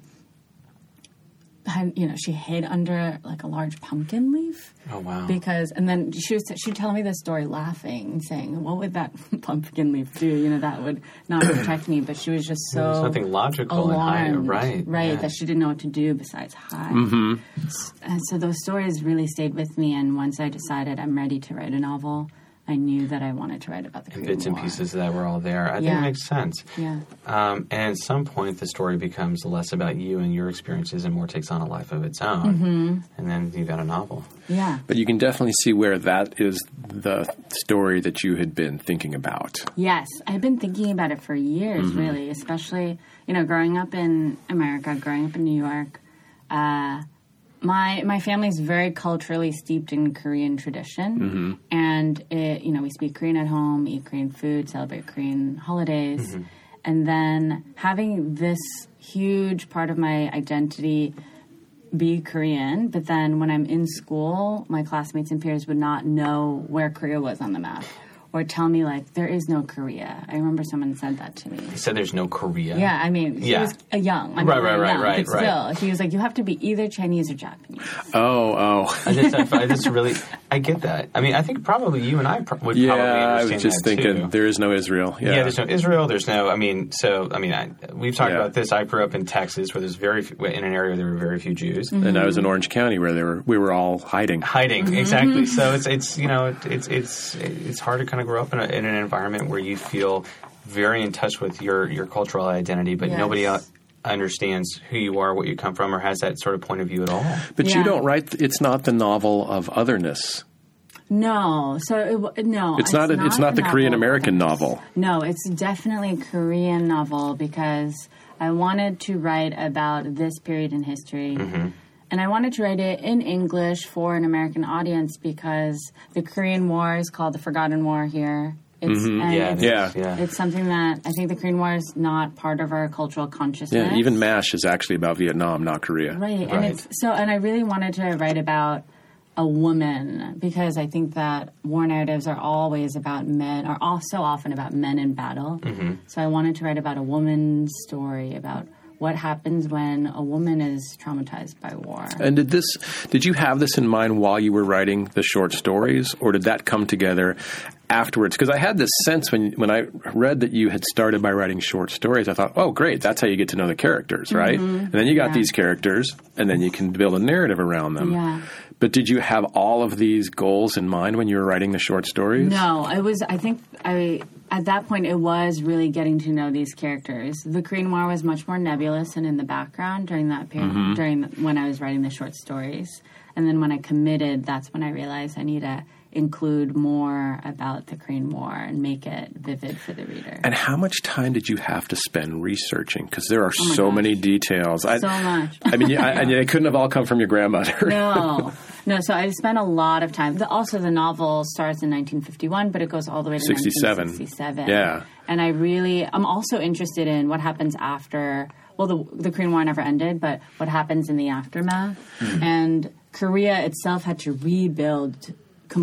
Speaker 3: had, you know, she hid under like a large pumpkin leaf
Speaker 2: Oh wow.
Speaker 3: because and then she was she'd tell me this story laughing and saying what would that [LAUGHS] pumpkin leaf do you know that would
Speaker 2: [COUGHS]
Speaker 3: not protect me but she was just so
Speaker 2: There's nothing logical in high,
Speaker 3: alarmed,
Speaker 2: right?
Speaker 3: right
Speaker 2: yeah. Mm-hmm.
Speaker 3: that she didn't know what to do besides hide S- and so those stories really stayed with me and once i decided i'm ready to write a novel i knew that i wanted to write about the Korean
Speaker 2: bits and
Speaker 3: War.
Speaker 2: pieces that were all there. I think
Speaker 3: Yeah.
Speaker 2: it makes sense.
Speaker 3: yeah
Speaker 2: Um, and at some point, the story becomes less about you and your experiences and more takes on a life of its own. And then you've got a novel.
Speaker 3: yeah
Speaker 1: But you can definitely see where that is the story that you had been thinking about.
Speaker 3: Yes, I've been thinking about it for years, really, especially, you know, growing up in America, growing up in New York. Uh, my my family's very culturally steeped in Korean tradition, and it, you know, we speak Korean at home, eat Korean food, celebrate Korean holidays. And then having this huge part of my identity be Korean, but then when I'm in school, my classmates and peers would not know where Korea was on the map or tell me, like, there is no Korea. I remember someone said that to me.
Speaker 2: You said there's no Korea.
Speaker 3: Yeah, I mean, he
Speaker 2: Yeah.
Speaker 3: was uh, young. I mean,
Speaker 2: Right, right,
Speaker 3: young,
Speaker 2: right, right,
Speaker 3: But still, he was like, you have to be either Chinese or Japanese.
Speaker 1: Oh, oh.
Speaker 2: I just, I, just really, I get that. I mean, I think probably you and I pro- would
Speaker 1: [LAUGHS] Yeah,
Speaker 2: probably understand
Speaker 1: I was just
Speaker 2: that,
Speaker 1: thinking
Speaker 2: too.
Speaker 1: there is no Israel. Yeah,
Speaker 2: yeah. there's no Israel. There's no. I mean, so I mean, I, we've talked
Speaker 1: Yeah.
Speaker 2: about this. I grew up in Texas, where there's very few, in an area where there were very few Jews
Speaker 1: and I was in Orange County where they were we were all hiding.
Speaker 2: hiding.
Speaker 3: Mm-hmm.
Speaker 2: Exactly. So it's it's you know it's it's it's hard to kind of grow up in, a, in an environment where you feel very in touch with your your cultural identity, but
Speaker 3: Yes.
Speaker 2: nobody else understands who you are, what you come from, or has that sort of point of view at all.
Speaker 1: But you
Speaker 3: Yeah.
Speaker 1: don't write. It's not the novel of otherness.
Speaker 3: No, so it, w- no,
Speaker 1: It's not. a, Oh, it's not
Speaker 3: a
Speaker 1: the
Speaker 3: novel.
Speaker 1: Korean American novel.
Speaker 3: No, it's definitely a Korean novel because I wanted to write about this period in history. And I wanted to write it in English for an American audience because the Korean War is called the Forgotten War here. It's, and
Speaker 2: Yeah,
Speaker 3: it's,
Speaker 1: Yeah.
Speaker 3: it's something that I think the Korean War is not part of our cultural
Speaker 1: Yeah,
Speaker 3: consciousness.
Speaker 1: even Mash is actually about Vietnam, not Korea.
Speaker 3: Right. And
Speaker 2: Right.
Speaker 3: it's so and I really wanted to write about a woman because I think that war narratives are always about men are all so often about men in battle. So I wanted to write about a woman's story about what happens when a woman is traumatized by war.
Speaker 1: And did this? Did you have this in mind while you were writing the short stories, or did that come together afterwards? Because I had this sense when when I read that you had started by writing short stories, I thought, oh, great, that's how you get to know the characters, right? And then you got
Speaker 3: Mm-hmm. Yeah.
Speaker 1: these characters, and then you can build a narrative around them.
Speaker 3: Yeah.
Speaker 1: But did you have all of these goals in mind when you were writing the short stories?
Speaker 3: No, I was. I think I at that point it was really getting to know these characters. The Korean War was much more nebulous and in the background during that period, during when I was writing the short stories, and then when I committed, that's when I realized I need to include more about the Korean War and make it vivid for the reader.
Speaker 1: And how much time did you have to spend researching? Because there are
Speaker 3: Oh my
Speaker 1: so
Speaker 3: gosh.
Speaker 1: many details. I,
Speaker 3: So much.
Speaker 1: I mean, yeah, I,
Speaker 3: [LAUGHS]
Speaker 1: and they couldn't have all come from your grandmother.
Speaker 3: no, no. So I spent a lot of time. The, also, the novel starts in 1951, but it goes all the way to
Speaker 1: 67.
Speaker 3: 1967.
Speaker 1: Yeah.
Speaker 3: And I really, I'm also interested in what happens after. well, the, the Korean War never ended, but what happens in the aftermath.
Speaker 1: Hmm.
Speaker 3: And Korea itself had to rebuild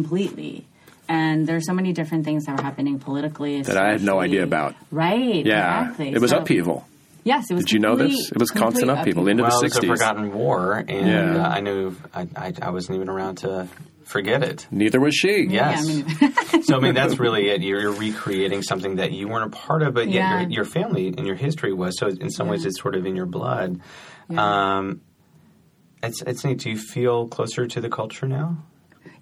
Speaker 3: completely. And there's so many different things that were happening politically
Speaker 1: That I had no
Speaker 3: socially.
Speaker 1: idea about.
Speaker 3: Right.
Speaker 1: Yeah,
Speaker 3: Exactly.
Speaker 1: it was
Speaker 3: So-
Speaker 1: upheaval.
Speaker 3: Yes. It was.
Speaker 1: Did you know this?
Speaker 3: complete-
Speaker 1: It was constant
Speaker 3: complete
Speaker 1: upheaval into the
Speaker 2: well, it was a
Speaker 1: 60s.
Speaker 2: forgotten war, and
Speaker 1: Yeah.
Speaker 2: uh, I knew I, I, I wasn't even around to forget it.
Speaker 1: Neither was she.
Speaker 2: Yes.
Speaker 3: I
Speaker 2: [LAUGHS]
Speaker 3: mean-
Speaker 2: so I mean, that's really it. You're, you're recreating something that you weren't a part of, but yet
Speaker 3: Yeah.
Speaker 2: your, your family and your history was. So in some ways,
Speaker 3: Yeah.
Speaker 2: it's sort of in your blood.
Speaker 3: Yeah.
Speaker 2: Um, it's, it's neat. Do you feel closer to the culture now?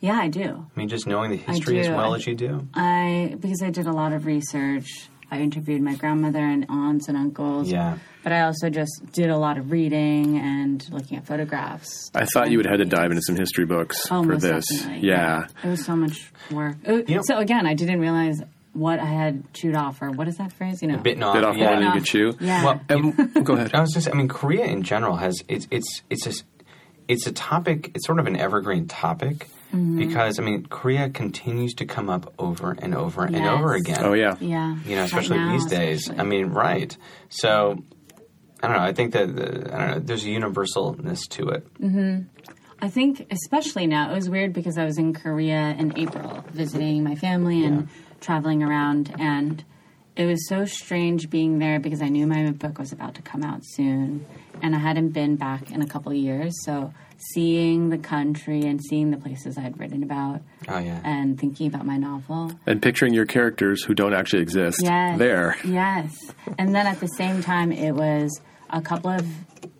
Speaker 3: yeah, I do.
Speaker 2: I mean, just knowing the history as
Speaker 3: do.
Speaker 2: well
Speaker 3: I-
Speaker 2: as you do.
Speaker 3: I because I did a lot of research. I interviewed my grandmother and aunts and uncles.
Speaker 2: Yeah.
Speaker 3: But I also just did a lot of reading and looking at photographs.
Speaker 1: I thought you would have had to dive into some history books
Speaker 3: Oh,
Speaker 1: for
Speaker 3: most
Speaker 1: this.
Speaker 3: definitely.
Speaker 1: Yeah.
Speaker 3: It was so much work. It-
Speaker 2: You know-
Speaker 3: so again, I didn't realize what I had chewed off, or what is that phrase? You know,
Speaker 2: Bitten off.
Speaker 1: Bit off more
Speaker 2: Uh, yeah.
Speaker 1: than you
Speaker 3: off.
Speaker 1: could chew.
Speaker 3: Yeah.
Speaker 2: Well,
Speaker 1: And, go
Speaker 2: [LAUGHS]
Speaker 1: ahead.
Speaker 2: I was just, I mean, Korea in general has it's it's it's just it's a topic. It's sort of an evergreen topic
Speaker 3: Mm-hmm.
Speaker 2: because I mean, Korea continues to come up over and over and over
Speaker 3: Yes.
Speaker 2: again.
Speaker 1: Oh, yeah.
Speaker 3: Yeah.
Speaker 2: you know,
Speaker 3: Right
Speaker 2: especially
Speaker 3: now,
Speaker 2: these days.
Speaker 3: especially.
Speaker 2: I mean, right? So. I don't know. I think that uh, I don't know. There's a universalness to it.
Speaker 3: Mm. I think especially now it was weird because I was in Korea in April visiting my family and traveling around and it was so strange being there because I knew my book was about to come out soon and I hadn't been back in a couple of years so seeing the country and seeing the places I had written about
Speaker 2: Oh yeah.
Speaker 3: and thinking about my novel
Speaker 1: And picturing your characters who don't actually exist
Speaker 3: Yes.
Speaker 1: there.
Speaker 3: Yes. And then at the same time, it was a couple of.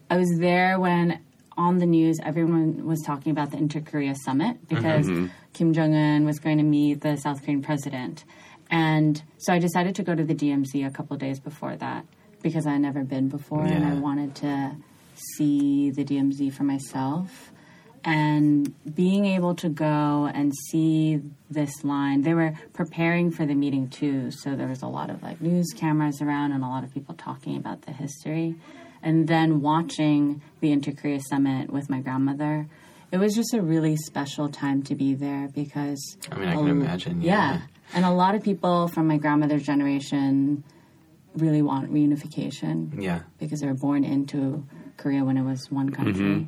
Speaker 3: I was there when on the news everyone was talking about the Inter Korea Summit because Kim Jong Un was going to meet the South Korean president. And so I decided to go to the DMZ a couple of days before that because I had never been before and I
Speaker 2: Yeah.
Speaker 3: wanted to see the DMZ for myself and being able to go and see this line they were preparing for the meeting too so there was a lot of like news cameras around and a lot of people talking about the history and then watching the inter-korea summit with my grandmother it was just a really special time to be there because
Speaker 2: I mean, I can
Speaker 3: um,
Speaker 2: imagine.
Speaker 3: yeah and a lot of people from my grandmother's generation really want reunification
Speaker 2: Yeah.
Speaker 3: because they were born into korea when it was one country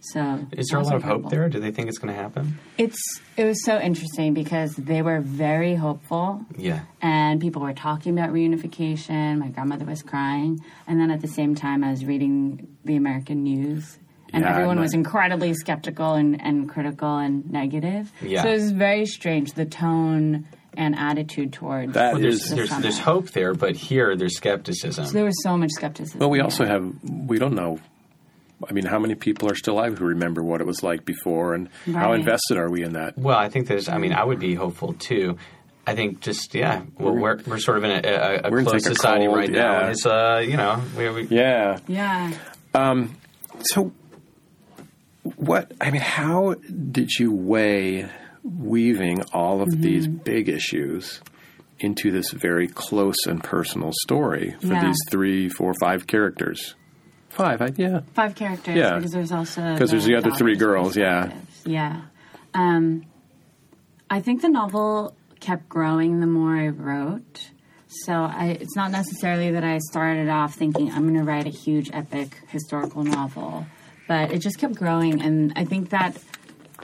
Speaker 3: So
Speaker 2: Mm-hmm. Is there
Speaker 3: that
Speaker 2: a
Speaker 3: was
Speaker 2: lot of hope
Speaker 3: incredible.
Speaker 2: there? Do they think it's going to happen?
Speaker 3: It's it was so interesting because they were very hopeful,
Speaker 2: Yeah.
Speaker 3: and people were talking about reunification. My grandmother was crying, and then at the same time, I was reading the American news, and
Speaker 1: Yeah,
Speaker 3: everyone
Speaker 1: and
Speaker 3: was
Speaker 1: that-
Speaker 3: incredibly skeptical and, and critical and negative.
Speaker 2: Yeah.
Speaker 3: So it was very strange the tone and attitude towards.
Speaker 1: That is.
Speaker 2: Well, there's
Speaker 3: The
Speaker 2: there's
Speaker 3: summit.
Speaker 2: there's hope there, but here there's skepticism.
Speaker 3: there was so much skepticism.
Speaker 1: Well, we also have, we don't know. I mean, how many people are still alive who remember what it was like before and how
Speaker 3: Right.
Speaker 1: invested are we in that?
Speaker 2: Well, I think there's. I mean, I would be hopeful too. I think just yeah. Well, we're we're sort of in a, a, a
Speaker 1: We're in
Speaker 2: closed
Speaker 1: like a
Speaker 2: society
Speaker 1: cold,
Speaker 2: right now.
Speaker 1: yeah.
Speaker 2: And it's uh, you know, we, we,
Speaker 1: Yeah.
Speaker 3: yeah.
Speaker 1: So, what, I mean, how did you weigh weaving all of these big issues into this very close and personal story for
Speaker 3: Yeah.
Speaker 1: these three, four, five characters? Five, I, yeah.
Speaker 3: five characters
Speaker 1: Yeah.
Speaker 3: because there's also
Speaker 1: Because there's the other three
Speaker 3: daughter's
Speaker 1: girls, yeah.
Speaker 3: perspectives. yeah um, i think the novel kept growing the more i wrote so I, it's not necessarily that i started off thinking i'm going to write a huge epic historical novel but it just kept growing and i think that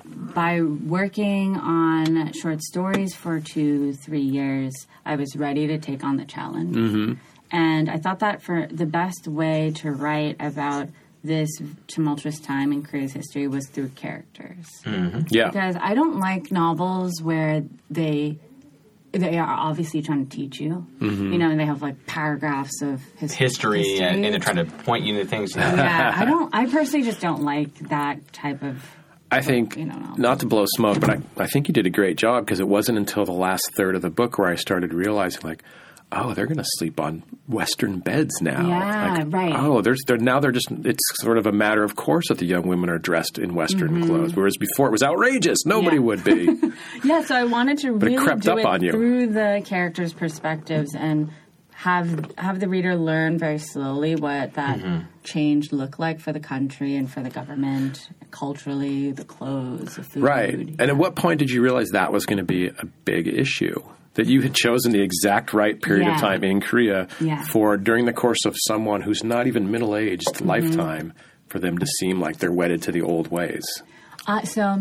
Speaker 3: by working on short stories for two, three years, I was ready to take on the challenge. And I thought that for the best way to write about this tumultuous time in Korea's history was through characters.
Speaker 1: Yeah.
Speaker 3: Because I don't like novels where they they are obviously trying to teach you. You know, and they have like paragraphs of his-
Speaker 2: Mm-hmm. history, And, and they're trying to point you to things.
Speaker 3: yeah,
Speaker 2: [LAUGHS]
Speaker 3: I don't. I personally just don't like that type of.
Speaker 1: I think
Speaker 3: you know.
Speaker 1: not to blow smoke, but I, I think you did a great job because it wasn't until the last third of the book where I started realizing like, oh, they're going to sleep on Western beds now.
Speaker 3: Yeah,
Speaker 1: Like,
Speaker 3: right.
Speaker 1: Oh, there's they're now they're just it's sort of a matter of course that the young women are dressed in Western clothes, whereas before it was outrageous. Nobody
Speaker 3: Mm-hmm. Yeah.
Speaker 1: would
Speaker 3: [LAUGHS]
Speaker 1: be.
Speaker 3: Yeah, so I wanted to
Speaker 1: it
Speaker 3: really
Speaker 1: crept
Speaker 3: do
Speaker 1: up
Speaker 3: it
Speaker 1: on you.
Speaker 3: through the characters' perspectives and have have the reader learn very slowly what that
Speaker 1: Mm-hmm.
Speaker 3: change looked like for the country and for the government, culturally, the clothes, the food.
Speaker 1: right. And at what point did you realize that was going to be a big issue? that you had chosen the exact right period
Speaker 3: Yeah.
Speaker 1: of time in Korea
Speaker 3: Yeah.
Speaker 1: for during the course of someone who's not even middle aged
Speaker 3: Mm-hmm.
Speaker 1: lifetime for them to seem like they're wedded to the old ways.
Speaker 3: Uh, so,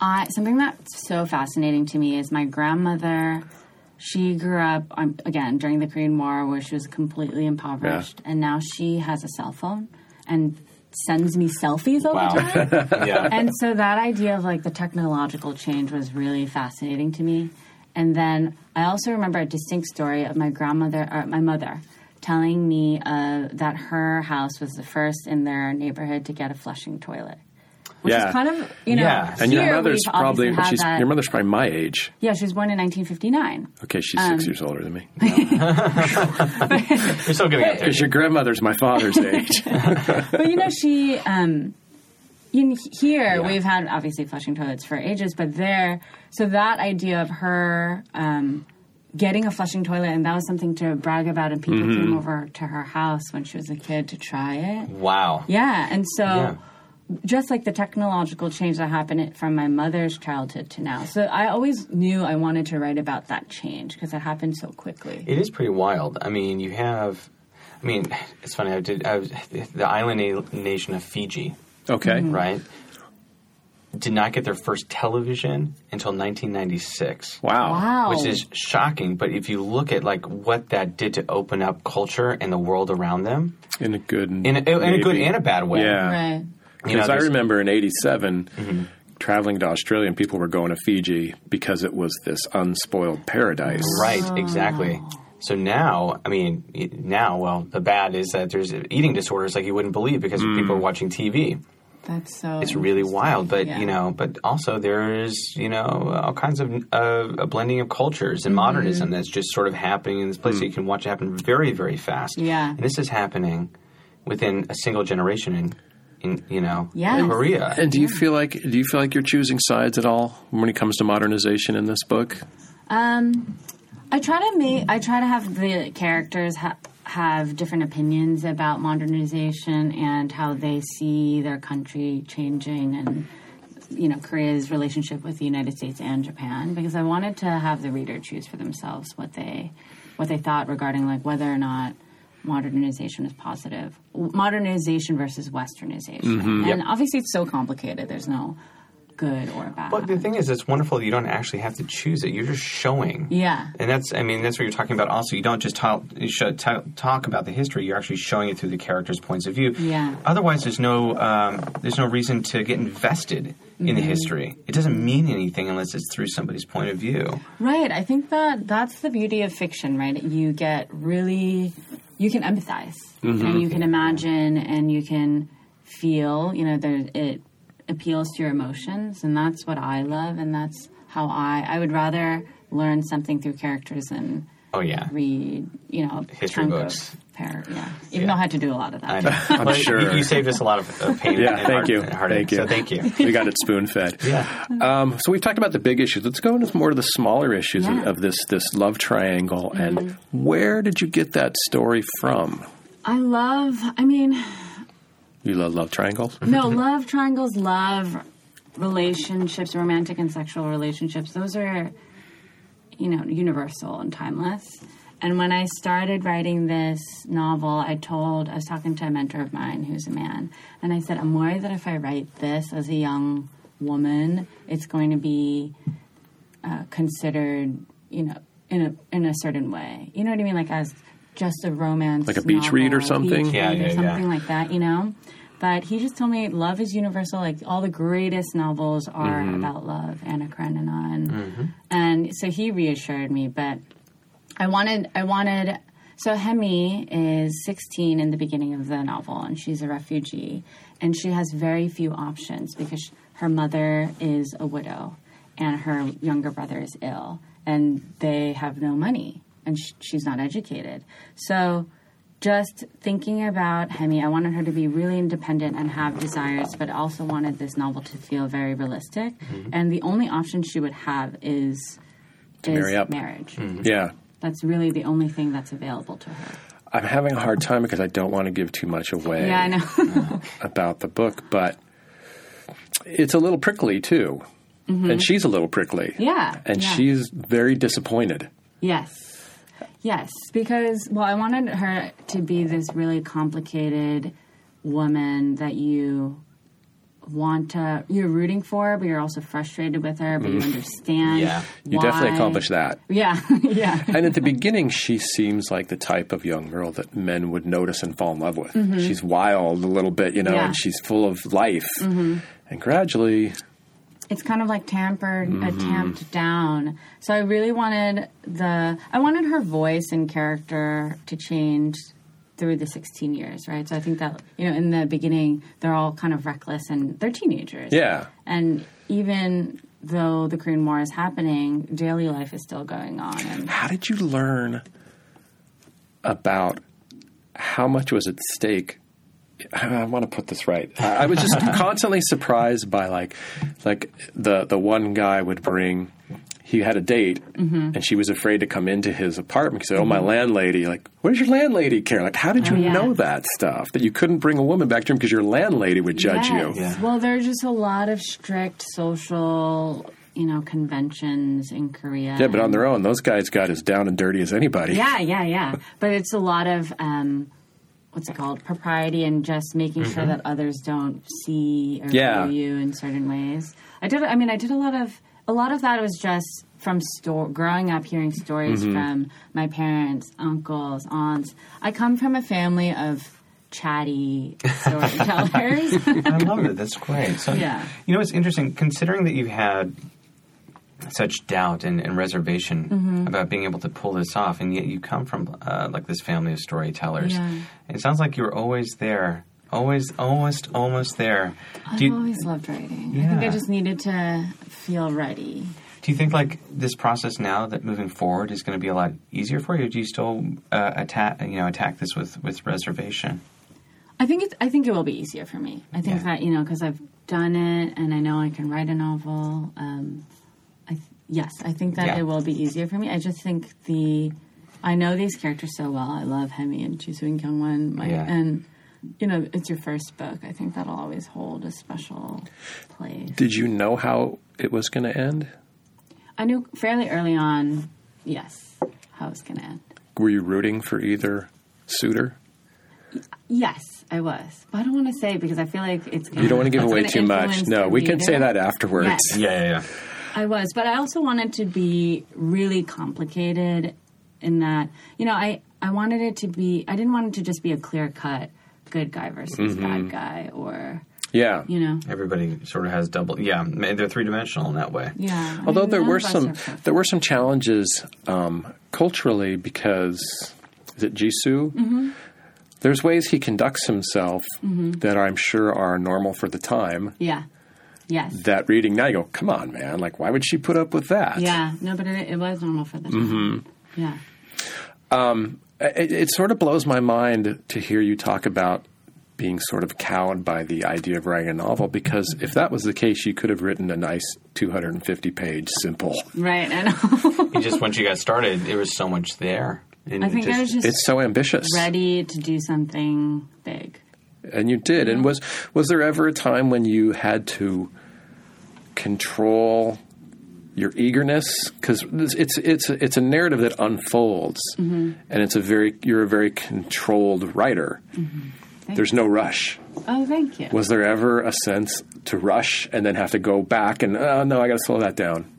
Speaker 3: I something that's so fascinating to me is my grandmother. She grew up um, again during the Korean War, where she was completely impoverished, and now she has a cell phone and sends me selfies all
Speaker 2: Wow.
Speaker 3: the
Speaker 1: [LAUGHS]
Speaker 3: time.
Speaker 2: [LAUGHS] yeah.
Speaker 3: and so that idea of like the technological change was really fascinating to me. And then I also remember a distinct story of my grandmother or my mother telling me uh, that her house was the first in their neighborhood to get a flushing toilet. Which
Speaker 1: Yeah.
Speaker 3: is kind of you know
Speaker 2: Yeah.
Speaker 1: And your
Speaker 3: here
Speaker 1: mother's
Speaker 3: we've obviously
Speaker 1: probably
Speaker 3: had
Speaker 1: she's
Speaker 3: that.
Speaker 1: your mother's probably my age.
Speaker 3: yeah, she was born in 1959.
Speaker 1: Okay, she's
Speaker 3: Um,
Speaker 1: six years older than
Speaker 3: [LAUGHS]
Speaker 1: me.
Speaker 2: You're still getting up there.
Speaker 1: Because your grandmother's my
Speaker 3: [LAUGHS]
Speaker 1: father's age.
Speaker 3: but you know, she. Um, in here,
Speaker 2: Yeah.
Speaker 3: we've had obviously flushing toilets for ages, but there, so that idea of her um, getting a flushing toilet, and that was something to brag about, and people
Speaker 2: Mm-hmm.
Speaker 3: came over to her house when she was a kid to try it.
Speaker 2: Wow.
Speaker 3: Yeah, and so.
Speaker 2: Yeah.
Speaker 3: Just like the technological change that happened from my mother's childhood to now. So I always knew I wanted to write about that change because it happened so quickly.
Speaker 2: It is pretty wild. I mean, you have. I mean, it's funny. I did. I was, the island na- nation of Fiji,
Speaker 1: Okay.
Speaker 3: Mm-hmm.
Speaker 2: right? Did not get their first television until 1996.
Speaker 1: Wow.
Speaker 3: Wow.
Speaker 2: Which is shocking, but if you look at like what that did to open up culture and the world around them,
Speaker 1: In a good
Speaker 2: in a, in a good
Speaker 1: maybe.
Speaker 2: and a bad way.
Speaker 1: Yeah.
Speaker 3: Right.
Speaker 2: You know,
Speaker 1: Because I
Speaker 2: there's-
Speaker 1: remember in '87 traveling to Australia, and people were going to Fiji because it was this unspoiled paradise.
Speaker 2: Right, exactly. So now, I mean, y- now, well, the bad is that there's eating disorders like you wouldn't believe because people
Speaker 1: Mm.
Speaker 2: are watching TV.
Speaker 3: That's so.
Speaker 2: It's really wild, but
Speaker 3: Yeah.
Speaker 2: you know, but also there's you know all kinds of uh, a blending of cultures and
Speaker 3: Mm-hmm.
Speaker 2: modernism that's just sort of happening in this place. You can watch it happen very, very fast.
Speaker 3: Mm. Yeah.
Speaker 2: and this is happening within a single generation in, in you know,
Speaker 3: Yes.
Speaker 2: Korea.
Speaker 1: And do you feel like do you feel like you're choosing sides at all when it comes to modernization in this book?
Speaker 3: Um, I try to make. I try to have the characters ha- have different opinions about modernization and how they see their country changing, and you know Korea's relationship with the United States and Japan. Because I wanted to have the reader choose for themselves what they what they thought regarding like whether or not modernization is positive modernization versus westernization and obviously it's so complicated there's no good or bad
Speaker 2: But the thing is, it's wonderful. that You don't actually have to choose it. You're just showing.
Speaker 3: Yeah.
Speaker 2: And that's, I mean, that's what you're talking about. Also, you don't just talk, you should ta- talk about the history. You're actually showing it through the characters' points of view.
Speaker 3: Yeah.
Speaker 2: Otherwise, there's no, um, there's no reason to get invested in
Speaker 3: Mm-hmm.
Speaker 2: the history. It doesn't mean anything unless it's through somebody's point of view.
Speaker 3: Right. I think that that's the beauty of fiction, right? You get really, you can empathize
Speaker 2: Mm-hmm.
Speaker 3: and you can imagine and you can feel, you know, there, it appeals to your emotions. And that's what I love. And that's how I, I would rather learn something through characters than
Speaker 2: Oh yeah.
Speaker 3: read, you know, a
Speaker 2: History
Speaker 3: chunk
Speaker 2: books.
Speaker 3: Of par- yeah. Even though I had to do a lot of that.
Speaker 2: I know.
Speaker 1: I'm
Speaker 2: But
Speaker 1: sure.
Speaker 2: you, you saved us a lot of uh, pain.
Speaker 1: Yeah,
Speaker 2: and
Speaker 1: thank
Speaker 2: heart-
Speaker 1: you.
Speaker 2: and heartache.
Speaker 1: Thank you.
Speaker 2: So thank you.
Speaker 1: we got it spoon fed.
Speaker 2: Yeah.
Speaker 1: Um, so we've talked about the big issues. Let's go into more to the smaller issues
Speaker 3: Yeah.
Speaker 1: of, of this this love triangle. And where did you get that story from?
Speaker 3: [LAUGHS] I love, I mean,
Speaker 1: You love love triangles.
Speaker 2: [LAUGHS]
Speaker 3: no, love triangles, love relationships, romantic and sexual relationships. Those are, you know, universal and timeless. And when I started writing this novel, I told I was talking to a mentor of mine who's a man, and I said, "I'm worried that if I write this as a young woman, it's going to be uh, considered, you know, in a in a certain way. You know what I mean? Like as just a romance,
Speaker 1: Like a beach read or
Speaker 3: novel,
Speaker 1: something?
Speaker 3: beach
Speaker 2: Yeah,
Speaker 3: read or
Speaker 2: yeah, yeah.
Speaker 3: something like that. You know." But he just told me love is universal. Like all the greatest novels are
Speaker 1: Mm-hmm.
Speaker 3: about love, Anna Karenina, and
Speaker 2: Mm-hmm.
Speaker 3: and so he reassured me. But I wanted, I wanted. So Hemi is 16 in the beginning of the novel, and she's a refugee, and she has very few options because sh her mother is a widow, and her younger brother is ill, and they have no money, and sh- she's not educated. So just thinking about Hemi, I wanted her to be really independent and have desires, but also wanted this novel to feel very realistic.
Speaker 1: Mm-hmm.
Speaker 3: And the only option she would have is, is
Speaker 1: marry up. Mm-hmm.
Speaker 3: marriage.
Speaker 1: Yeah.
Speaker 3: That's really the only thing that's available to her.
Speaker 1: I'm having a hard time because I don't want to give too much away
Speaker 3: Yeah, I know.
Speaker 1: about the book, but it's a little prickly too. and she's a little prickly.
Speaker 3: [LAUGHS] Mm-hmm. Yeah,
Speaker 1: [LAUGHS] and
Speaker 3: yeah.
Speaker 1: she's very disappointed.
Speaker 3: Yes. Yes, because well, I wanted her to be this really complicated woman that you want to you're rooting for, but you're also frustrated with her, but you understand.
Speaker 2: Yeah.
Speaker 1: Mm-hmm. You definitely
Speaker 3: why-
Speaker 1: accomplished that.
Speaker 3: Yeah, [LAUGHS] yeah.
Speaker 1: And at the beginning, she seems like the type of young girl that men would notice and fall in love with. She's wild a little bit, you know,
Speaker 3: Mm-hmm. Yeah. Mm-hmm.
Speaker 1: and she's full of life. And gradually,
Speaker 3: it's kind of like tampered
Speaker 1: Mm-hmm.
Speaker 3: uh, tamped down so i really wanted the i wanted her voice and character to change through the 16 years right so i think that you know in the beginning they're all kind of reckless and they're teenagers
Speaker 1: yeah,
Speaker 3: and even though the korean war is happening daily life is still going on and
Speaker 1: how did you learn about how much was at stake? I, I want to put this right. I, I was
Speaker 3: [LAUGHS]
Speaker 1: just constantly surprised by like, like the the one guy would bring. He had a date,
Speaker 3: Mm-hmm.
Speaker 1: and she was afraid to come into his apartment because, oh, my landlady, like, where's your landlady care? Like, how did you
Speaker 3: Oh, yeah.
Speaker 1: know that stuff? That you couldn't bring a woman back to him because your landlady would judge
Speaker 3: Yes.
Speaker 1: you.
Speaker 2: Yeah.
Speaker 3: Well, there's just a lot of strict social, you know, conventions in Korea.
Speaker 1: Yeah, but on their own, those guys got as down and dirty as anybody.
Speaker 3: Yeah, yeah, yeah. But it's a lot of um, what's it called? Propriety and just making
Speaker 2: Mm-hmm.
Speaker 3: sure that others don't see or
Speaker 1: Yeah.
Speaker 3: view you in certain ways. I did. I mean, I did a lot of a lot of that was just from sto- growing up hearing stories
Speaker 2: Mm-hmm.
Speaker 3: from my parents, uncles, aunts. I come from a family of
Speaker 2: [LAUGHS]
Speaker 3: chatty storytellers.
Speaker 2: I love it. That's great. So,
Speaker 3: Yeah.
Speaker 2: You know, it's interesting considering that you've had such doubt and, and reservation
Speaker 3: Mm-hmm.
Speaker 2: about being able to pull this off, and yet you come from uh, like this family of storytellers.
Speaker 3: Yeah.
Speaker 2: It sounds like you were always there, always, almost, almost there. Do
Speaker 3: I've
Speaker 2: you,
Speaker 3: [LAUGHS] always loved writing. I think I
Speaker 2: Yeah.
Speaker 3: just needed to feel ready.
Speaker 2: do you think like this process now that moving forward is going to be a lot easier for you? Or do you still uh, attack, you know, attack this with with reservation?
Speaker 3: I think it's, I think it will be easier for me. I think
Speaker 2: Yeah.
Speaker 3: that you know because I've done it and I know I can write a novel. Um, I th- yes, I think that
Speaker 2: Yeah.
Speaker 3: it will be easier for me. I just think the I know these characters so well. I love Hemi and Jisoo Kyung Won. My
Speaker 2: Yeah.
Speaker 3: and you know it's your first book. I think that'll always hold a special place.
Speaker 1: Did you know how it was going to end?
Speaker 3: I knew fairly early on. Yes, how it's gonna end.
Speaker 1: Were you rooting for either suitor?
Speaker 3: Yes, I was, but I don't want to say because I feel like it's. Gonna,
Speaker 1: You don't want to give
Speaker 3: it's
Speaker 1: away
Speaker 3: gonna
Speaker 1: too much.
Speaker 3: influence
Speaker 1: No,
Speaker 3: the
Speaker 1: we can say
Speaker 3: reader.
Speaker 1: that afterwards.
Speaker 3: Yes.
Speaker 2: Yeah, yeah, yeah.
Speaker 3: I was, but I also wanted to be really complicated in that, you know, I, I wanted it to be, I didn't want it to just be a clear cut good guy versus
Speaker 1: Mm-hmm.
Speaker 3: bad guy or,
Speaker 1: Yeah.
Speaker 3: you know,
Speaker 2: Everybody sort of has double. Yeah, they're three dimensional in that way.
Speaker 3: yeah. I
Speaker 1: Although
Speaker 3: mean,
Speaker 1: there
Speaker 3: none
Speaker 1: were
Speaker 3: of us are
Speaker 1: some
Speaker 3: perfect.
Speaker 1: there were some challenges um, culturally because is it Jisoo? Mm-hmm. There's ways he conducts himself
Speaker 3: Mm-hmm.
Speaker 1: that I'm sure are normal for the time.
Speaker 3: yeah. Yes.
Speaker 1: That reading now, you go, come on, man! Like, why would she put up with that?
Speaker 3: yeah. No, but it, it was normal for the time.
Speaker 1: Mm-hmm.
Speaker 3: Yeah.
Speaker 1: it, it sort of blows my mind to hear you talk about being sort of cowed by the idea of writing a novel because if that was the case, you could have written a nice 250 page simple.
Speaker 3: Right. [LAUGHS] I know.
Speaker 2: You [LAUGHS] just once you got started, there was so much there. And
Speaker 3: I
Speaker 2: it
Speaker 3: think I was just
Speaker 1: It's so ambitious,
Speaker 3: ready to do something big.
Speaker 1: and you did. And was was there ever a time when you had to control your eagerness because it's it's it's a narrative that unfolds, and it's a very you're a very controlled writer. There's no rush.
Speaker 3: Oh, thank you.
Speaker 1: Was there ever a sense to rush and then have to go back and oh no, I got to slow that down?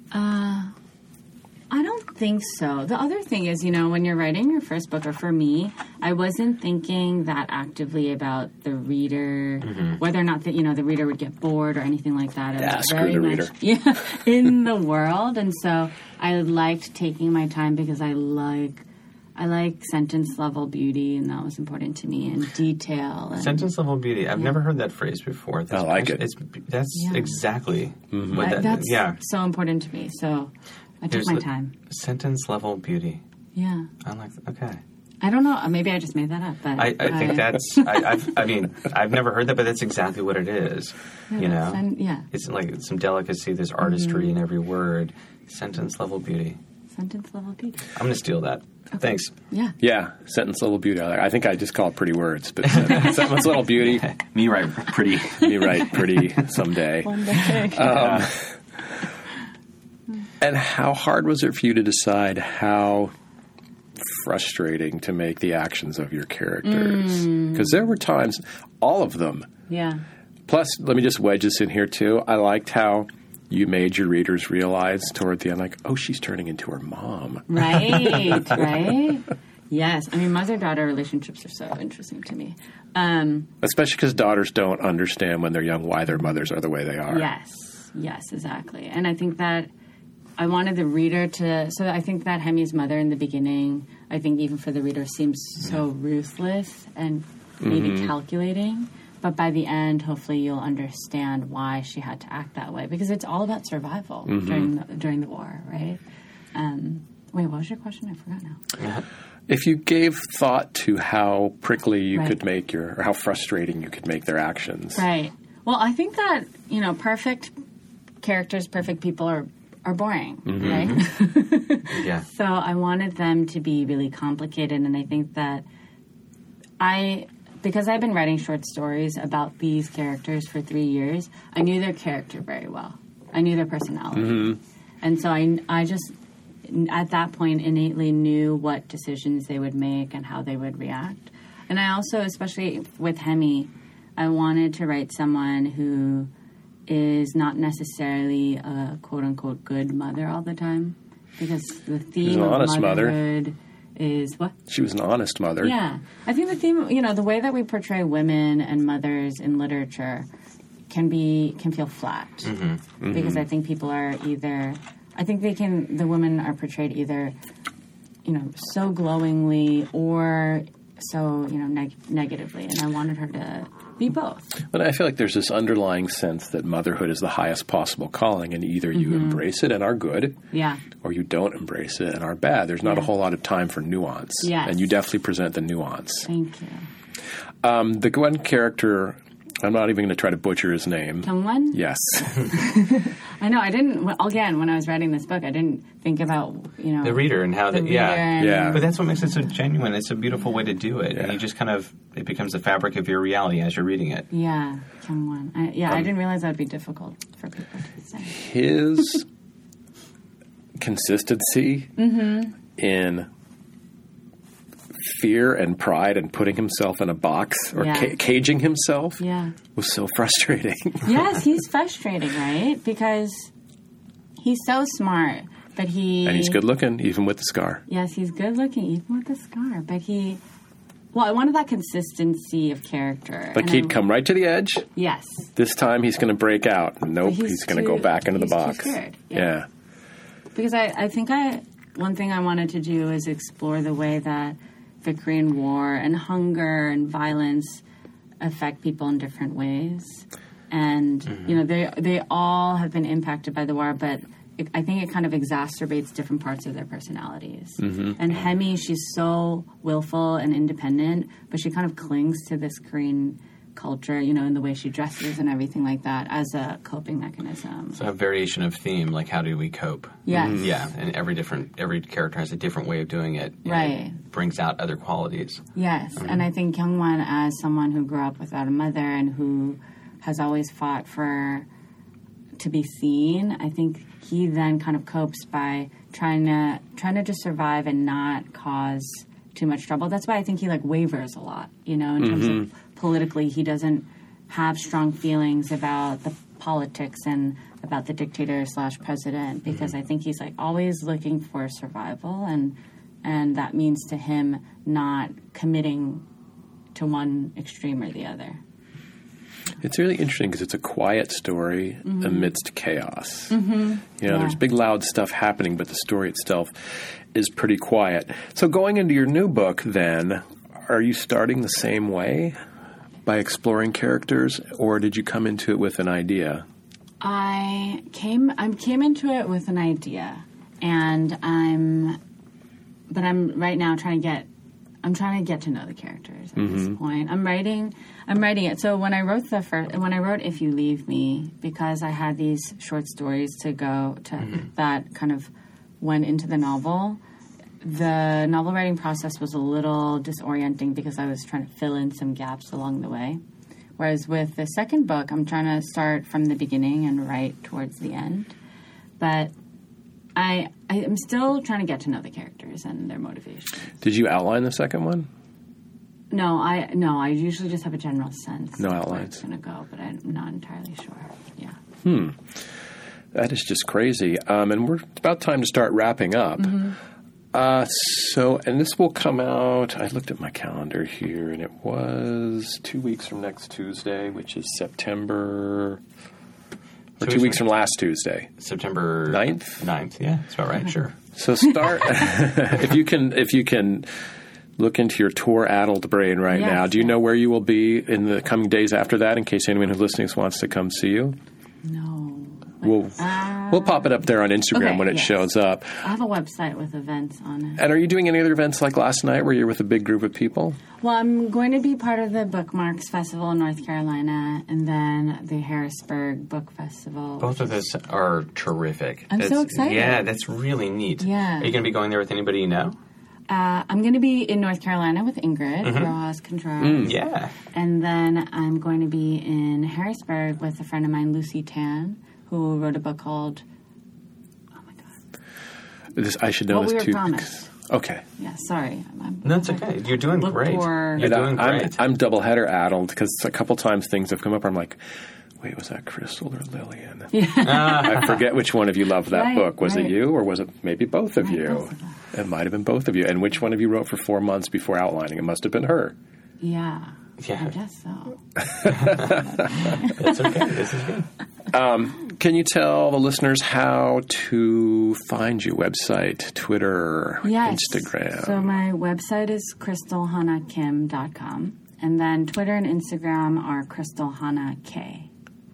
Speaker 3: I don't think so. The other thing is, you know, when you're writing your first book, or for me, I wasn't thinking that actively about the reader,
Speaker 2: Mm-hmm.
Speaker 3: whether or not that you know the reader would get bored or anything like that. I
Speaker 1: Yeah,
Speaker 3: was
Speaker 1: screw
Speaker 3: very
Speaker 1: the
Speaker 3: much-
Speaker 1: reader.
Speaker 3: [LAUGHS] Yeah, in the world, and so I liked taking my time because I like. I like sentence level beauty, and that was important to me, and detail. And
Speaker 2: Sentence level beauty. I've never heard that phrase before. That's
Speaker 1: like
Speaker 2: actually-
Speaker 1: it. Mm-hmm.
Speaker 2: It's, that's
Speaker 3: Yeah.
Speaker 2: exactly what
Speaker 3: I-
Speaker 2: that.
Speaker 3: that's
Speaker 2: yeah.
Speaker 3: so important to me. So I took
Speaker 2: Here's
Speaker 3: my
Speaker 2: the-
Speaker 3: time.
Speaker 2: Sentence level beauty.
Speaker 3: Yeah.
Speaker 2: I like. Okay.
Speaker 3: I don't know. Maybe I just made that up, but
Speaker 2: I, I think
Speaker 3: [LAUGHS]
Speaker 2: that's. I, I've, I mean, I've never heard that, but that's exactly what it is. you know,
Speaker 3: sen- yeah. Mm-hmm.
Speaker 2: it's like some delicacy, there's artistry in every word. Sentence level beauty.
Speaker 3: sentence level beauty.
Speaker 2: I'm gonna steal that. Thanks.
Speaker 3: Yeah.
Speaker 1: Yeah, sentence little beauty. I I think I just call it pretty words, but sentence, [LAUGHS] sentence little beauty.
Speaker 2: Me right, pretty.
Speaker 1: You write pretty someday.
Speaker 3: One day.
Speaker 1: And how hard was it for you to decide how frustrating to make the actions of your characters? Because there were times, all of them.
Speaker 3: Yeah.
Speaker 1: Plus, let me just wedge this in here too. I liked how you made your readers realize toward the end, like, oh, she's turning into her mom.
Speaker 3: Right, right. Yes, I mean mother-daughter relationships are so interesting to me. Um,
Speaker 1: Especially because daughters don't understand when they're young why their mothers are the way they are.
Speaker 3: yes, yes, exactly. And I think that I wanted the reader to. So I think that Hemi's mother in the beginning, I think even for the reader, seems so ruthless and maybe calculating. But by the end, hopefully, you'll understand why she had to act that way because it's all about survival during the, during the war, right? Um, wait, what was your question? I forgot now.
Speaker 1: If you gave thought to how prickly you
Speaker 3: Right.
Speaker 1: could make your, or how frustrating you could make their actions.
Speaker 3: Right. Well, I think that you know, perfect characters, perfect people are are boring, right? [LAUGHS]
Speaker 1: [LAUGHS]
Speaker 2: Yeah.
Speaker 3: so I wanted them to be really complicated, and I think that I. Because I've been writing short stories about these characters for three years, I knew their character very well. I knew their personality.
Speaker 1: Mm-hmm.
Speaker 3: And so I, I just, at that point, innately knew what decisions they would make and how they would react. And I also, especially with Hemi, I wanted to write someone who is not necessarily a quote unquote good mother all the time. Because the theme
Speaker 1: an
Speaker 3: of
Speaker 1: honest mother.
Speaker 3: motherhood is what?
Speaker 1: She was an honest mother. [LAUGHS]
Speaker 3: Yeah. I think the theme, you know, the way that we portray women and mothers in literature can be can feel flat because I think people are either I think they can the women are portrayed either you know so glowingly or so you know neg- negatively and I wanted her to be both.
Speaker 1: But I feel like there's this underlying sense that motherhood is the highest possible calling, and either you
Speaker 3: Mm-hmm.
Speaker 1: embrace it and are good,
Speaker 3: Yeah.
Speaker 1: or you don't embrace it and are bad. There's not a whole lot of time for nuance.
Speaker 3: Yes.
Speaker 1: And you definitely present the nuance.
Speaker 3: Thank you.
Speaker 1: Um, the Gwen character, I'm not even going to try to butcher his name.
Speaker 3: Someone?
Speaker 1: Yes.
Speaker 3: I know I didn't well, again when I was writing this book I didn't think about, you know,
Speaker 2: The reader and how
Speaker 3: Oh. the
Speaker 2: that.
Speaker 3: reader
Speaker 2: Yeah.
Speaker 3: and-
Speaker 1: Yeah.
Speaker 2: But that's what makes it so genuine. It's a beautiful way to do it, and you just kind of it becomes the fabric of your reality as you're reading it.
Speaker 3: Yeah, someone. I, yeah, I didn't realize that would be difficult for people to say.
Speaker 1: His consistency
Speaker 3: Mm-hmm.
Speaker 1: in fear and pride and putting himself in a box or
Speaker 3: Yeah.
Speaker 1: ca- caging himself
Speaker 3: Yeah.
Speaker 1: was so [LAUGHS] frustrating.
Speaker 3: yes, he's frustrating, right? Because he's so smart, but he
Speaker 1: and he's good looking, even with the scar.
Speaker 3: Yes, he's good looking, even with a scar. But he, well, I wanted that consistency of character.
Speaker 1: Like
Speaker 3: and
Speaker 1: he'd
Speaker 3: I-
Speaker 1: come right to the edge.
Speaker 3: Yes,
Speaker 1: This time he's going to break out. Nope,
Speaker 3: he's
Speaker 1: he's, going to
Speaker 3: too-
Speaker 1: go back into
Speaker 3: he's
Speaker 1: the
Speaker 3: too
Speaker 1: box.
Speaker 3: scared, yeah.
Speaker 1: yeah.
Speaker 3: because I, I think I one thing I wanted to do is explore the way that the Korean War and hunger and violence affect people in different ways, and you know they they all have been impacted by the war, but it, I think it kind of exacerbates different parts of their personalities. And Hemi, she's so willful and independent, but she kind of clings to this Korean culture, you know, in the way she dresses and everything like that as a coping mechanism.
Speaker 2: So a variation of theme, like how do we cope? Mm-hmm.
Speaker 3: Yes.
Speaker 2: Yeah, and every different every character has a different way of doing it. and
Speaker 3: Right.
Speaker 2: It brings out other qualities.
Speaker 3: Yes, and I think Kyungwan, as someone who grew up without a mother and who has always fought for to be seen, I think he then kind of copes by trying to trying to just survive and not cause too much trouble. That's why I think he like wavers a lot, you know, in terms of politically, he doesn't have strong feelings about the politics and about the dictator slash president because I think he's like always looking for survival and and that means to him not committing to one extreme or the other.
Speaker 1: It's really interesting because it's a quiet story amidst chaos. Mm-hmm. You know, there's big, loud stuff happening, but the story itself is pretty quiet. So, going into your new book, then, are you starting the same way by exploring characters, or did you come into it with an idea?
Speaker 3: I came I came into it with an idea and I'm but I'm right now trying to get I'm trying to get to know the characters at this point. I'm writing I'm writing it. So when I wrote the first when I wrote If You Leave Me because I had these short stories to go to that kind of went into the novel the novel writing process was a little disorienting because I was trying to fill in some gaps along the way. Whereas with the second book, I'm trying to start from the beginning and write towards the end. But I I am still trying to get to know the characters and their motivation.
Speaker 1: Did you outline the second one?
Speaker 3: No, I no, I usually just have a general sense.
Speaker 1: No
Speaker 3: of where
Speaker 1: outlines.
Speaker 3: It's going to go, but I'm not entirely sure. Yeah.
Speaker 1: That is just crazy. Um, and we're it's about time to start wrapping up.
Speaker 3: Mm-hmm.
Speaker 1: Uh, so, and this will come out. I looked at my calendar here, and it was two weeks from next Tuesday, which is September, or two
Speaker 2: Two weeks
Speaker 1: weeks
Speaker 2: from-
Speaker 1: from last Tuesday.
Speaker 2: September
Speaker 1: Ninth?
Speaker 2: 9th, yeah, that's about right, sure.
Speaker 1: So
Speaker 3: [LAUGHS]
Speaker 1: start [LAUGHS] if you can. If you can. Look into your tour addled brain right
Speaker 3: Yes.
Speaker 1: now. Do you know where you will be in the coming days after that in case anyone who's listening wants to come see you?
Speaker 3: No.
Speaker 1: We'll,
Speaker 3: Ah.
Speaker 1: we'll pop it up there on Instagram
Speaker 3: Okay,
Speaker 1: when it
Speaker 3: yes.
Speaker 1: shows up.
Speaker 3: I have a website with events on it.
Speaker 1: And are you doing any other events like last night where you're with a big group of people?
Speaker 3: Well, I'm going to be part of the Bookmarks Festival in North Carolina, and then the Harrisburg Book Festival.
Speaker 1: Oh.
Speaker 2: Both of those are terrific.
Speaker 3: I'm so
Speaker 2: That's-
Speaker 3: excited.
Speaker 2: Yeah, that's really neat.
Speaker 3: Yeah.
Speaker 2: Are you going to be going there with anybody you know?
Speaker 3: Uh, I'm going to be in North Carolina with Ingrid
Speaker 1: Mm-hmm.
Speaker 3: Rojas Contreras,
Speaker 1: Mm.
Speaker 2: Yeah.
Speaker 3: and then I'm going to be in Harrisburg with a friend of mine, Lucy Tan, who wrote a book called. Oh my God!
Speaker 1: This, I should know
Speaker 3: What
Speaker 1: this
Speaker 3: we were
Speaker 1: too.
Speaker 3: promised.
Speaker 1: Okay.
Speaker 3: Yeah, sorry. I'm, I'm,
Speaker 2: No, it's okay. You're doing
Speaker 3: Look
Speaker 2: great.
Speaker 3: for-
Speaker 2: You're
Speaker 1: And I-
Speaker 2: doing
Speaker 1: uh, I'm,
Speaker 2: great.
Speaker 1: I'm double header addled because a couple times things have come up. I'm like, wait, was that Crystal or
Speaker 3: [LAUGHS]
Speaker 1: Lillian? I forget which one of you loved that
Speaker 3: Right,
Speaker 1: book. Was
Speaker 3: right.
Speaker 1: it you or was it maybe both of
Speaker 3: Right,
Speaker 1: you?
Speaker 3: both of us.
Speaker 1: It might have been both of you. And which one of you wrote for four months before outlining? It must have been her.
Speaker 3: Yeah. I
Speaker 2: Yeah.
Speaker 1: [LAUGHS]
Speaker 3: guess so.
Speaker 2: it's okay. This is good.
Speaker 1: Can you tell the listeners how to find you? Website, Twitter,
Speaker 3: Yes.
Speaker 1: Instagram.
Speaker 3: So my website is crystalhanakim.com, and then Twitter and Instagram are crystalhannak.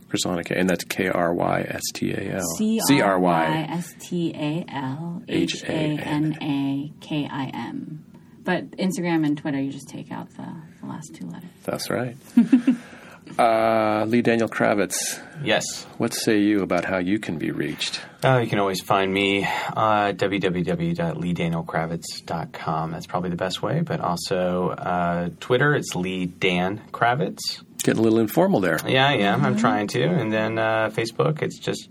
Speaker 1: Krystal K, and that's K R Y S T A L.
Speaker 3: C R Y S T A L H A N A K I M. But Instagram and Twitter, you just take out the, the last two letters.
Speaker 1: That's right. [LAUGHS] uh, Lee Daniel Kravitz,
Speaker 2: Yes.
Speaker 1: what say you about how you can be reached?
Speaker 2: Uh, you can always find me uh, www.leedanelkravitz.com. That's probably the best way. But also uh, Twitter, it's Lee Dan Kravitz.
Speaker 1: Getting a little informal there.
Speaker 2: Yeah, I am. I'm trying to. And then uh, Facebook, it's just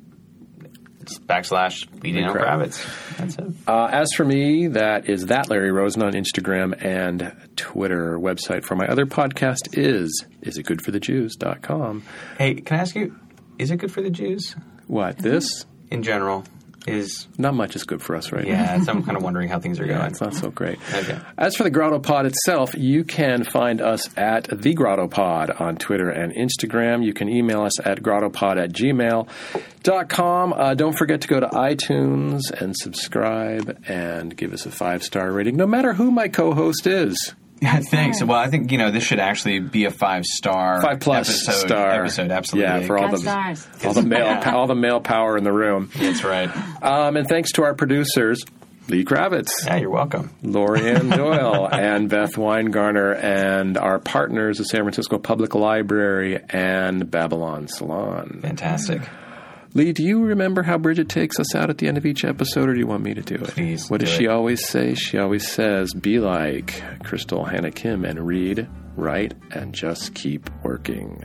Speaker 2: it's backslash Lee Dan Kravitz. That's it.
Speaker 1: Uh, as for me, that is that Larry Rosen on Instagram and Twitter. Website for my other podcast is isitgoodforthejews.com.
Speaker 2: Hey, can I ask you, is it good for the Jews
Speaker 1: What this?
Speaker 3: Mm-hmm.
Speaker 2: in general? Is
Speaker 1: Not much is good for us right now.
Speaker 2: yeah, so I'm kind of wondering how things [LAUGHS] are
Speaker 1: Yeah,
Speaker 2: going.
Speaker 1: it's not so great.
Speaker 2: Okay.
Speaker 1: As for the Grotto Pod itself, you can find us at The Grotto Pod on Twitter and Instagram. You can email us at grottopod at gmail.com. Uh, don't forget to go to iTunes and subscribe and give us a five star rating, no matter who my co host is.
Speaker 2: [LAUGHS] Yeah, thanks. Well, I think you know this should actually be a five star,
Speaker 1: Five plus
Speaker 2: episode,
Speaker 1: star.
Speaker 2: episode. Absolutely,
Speaker 1: Yeah, for all
Speaker 3: Five
Speaker 1: the,
Speaker 3: stars.
Speaker 1: all, the male, all the male power in the room.
Speaker 2: That's right.
Speaker 1: Um, and thanks to our producers, Lee Kravitz.
Speaker 2: Yeah, you're welcome.
Speaker 1: Lorianne Doyle and Beth Weingarner and our partners, the San Francisco Public Library and Babylon Salon.
Speaker 2: Fantastic.
Speaker 1: Lee, do you remember how Bridget takes us out at the end of each episode, or do you want me to do it?
Speaker 2: Please
Speaker 1: what does
Speaker 2: do
Speaker 1: she
Speaker 2: it.
Speaker 1: always say? She always says, be like Crystal Hannah Kim and read, write, and just keep working.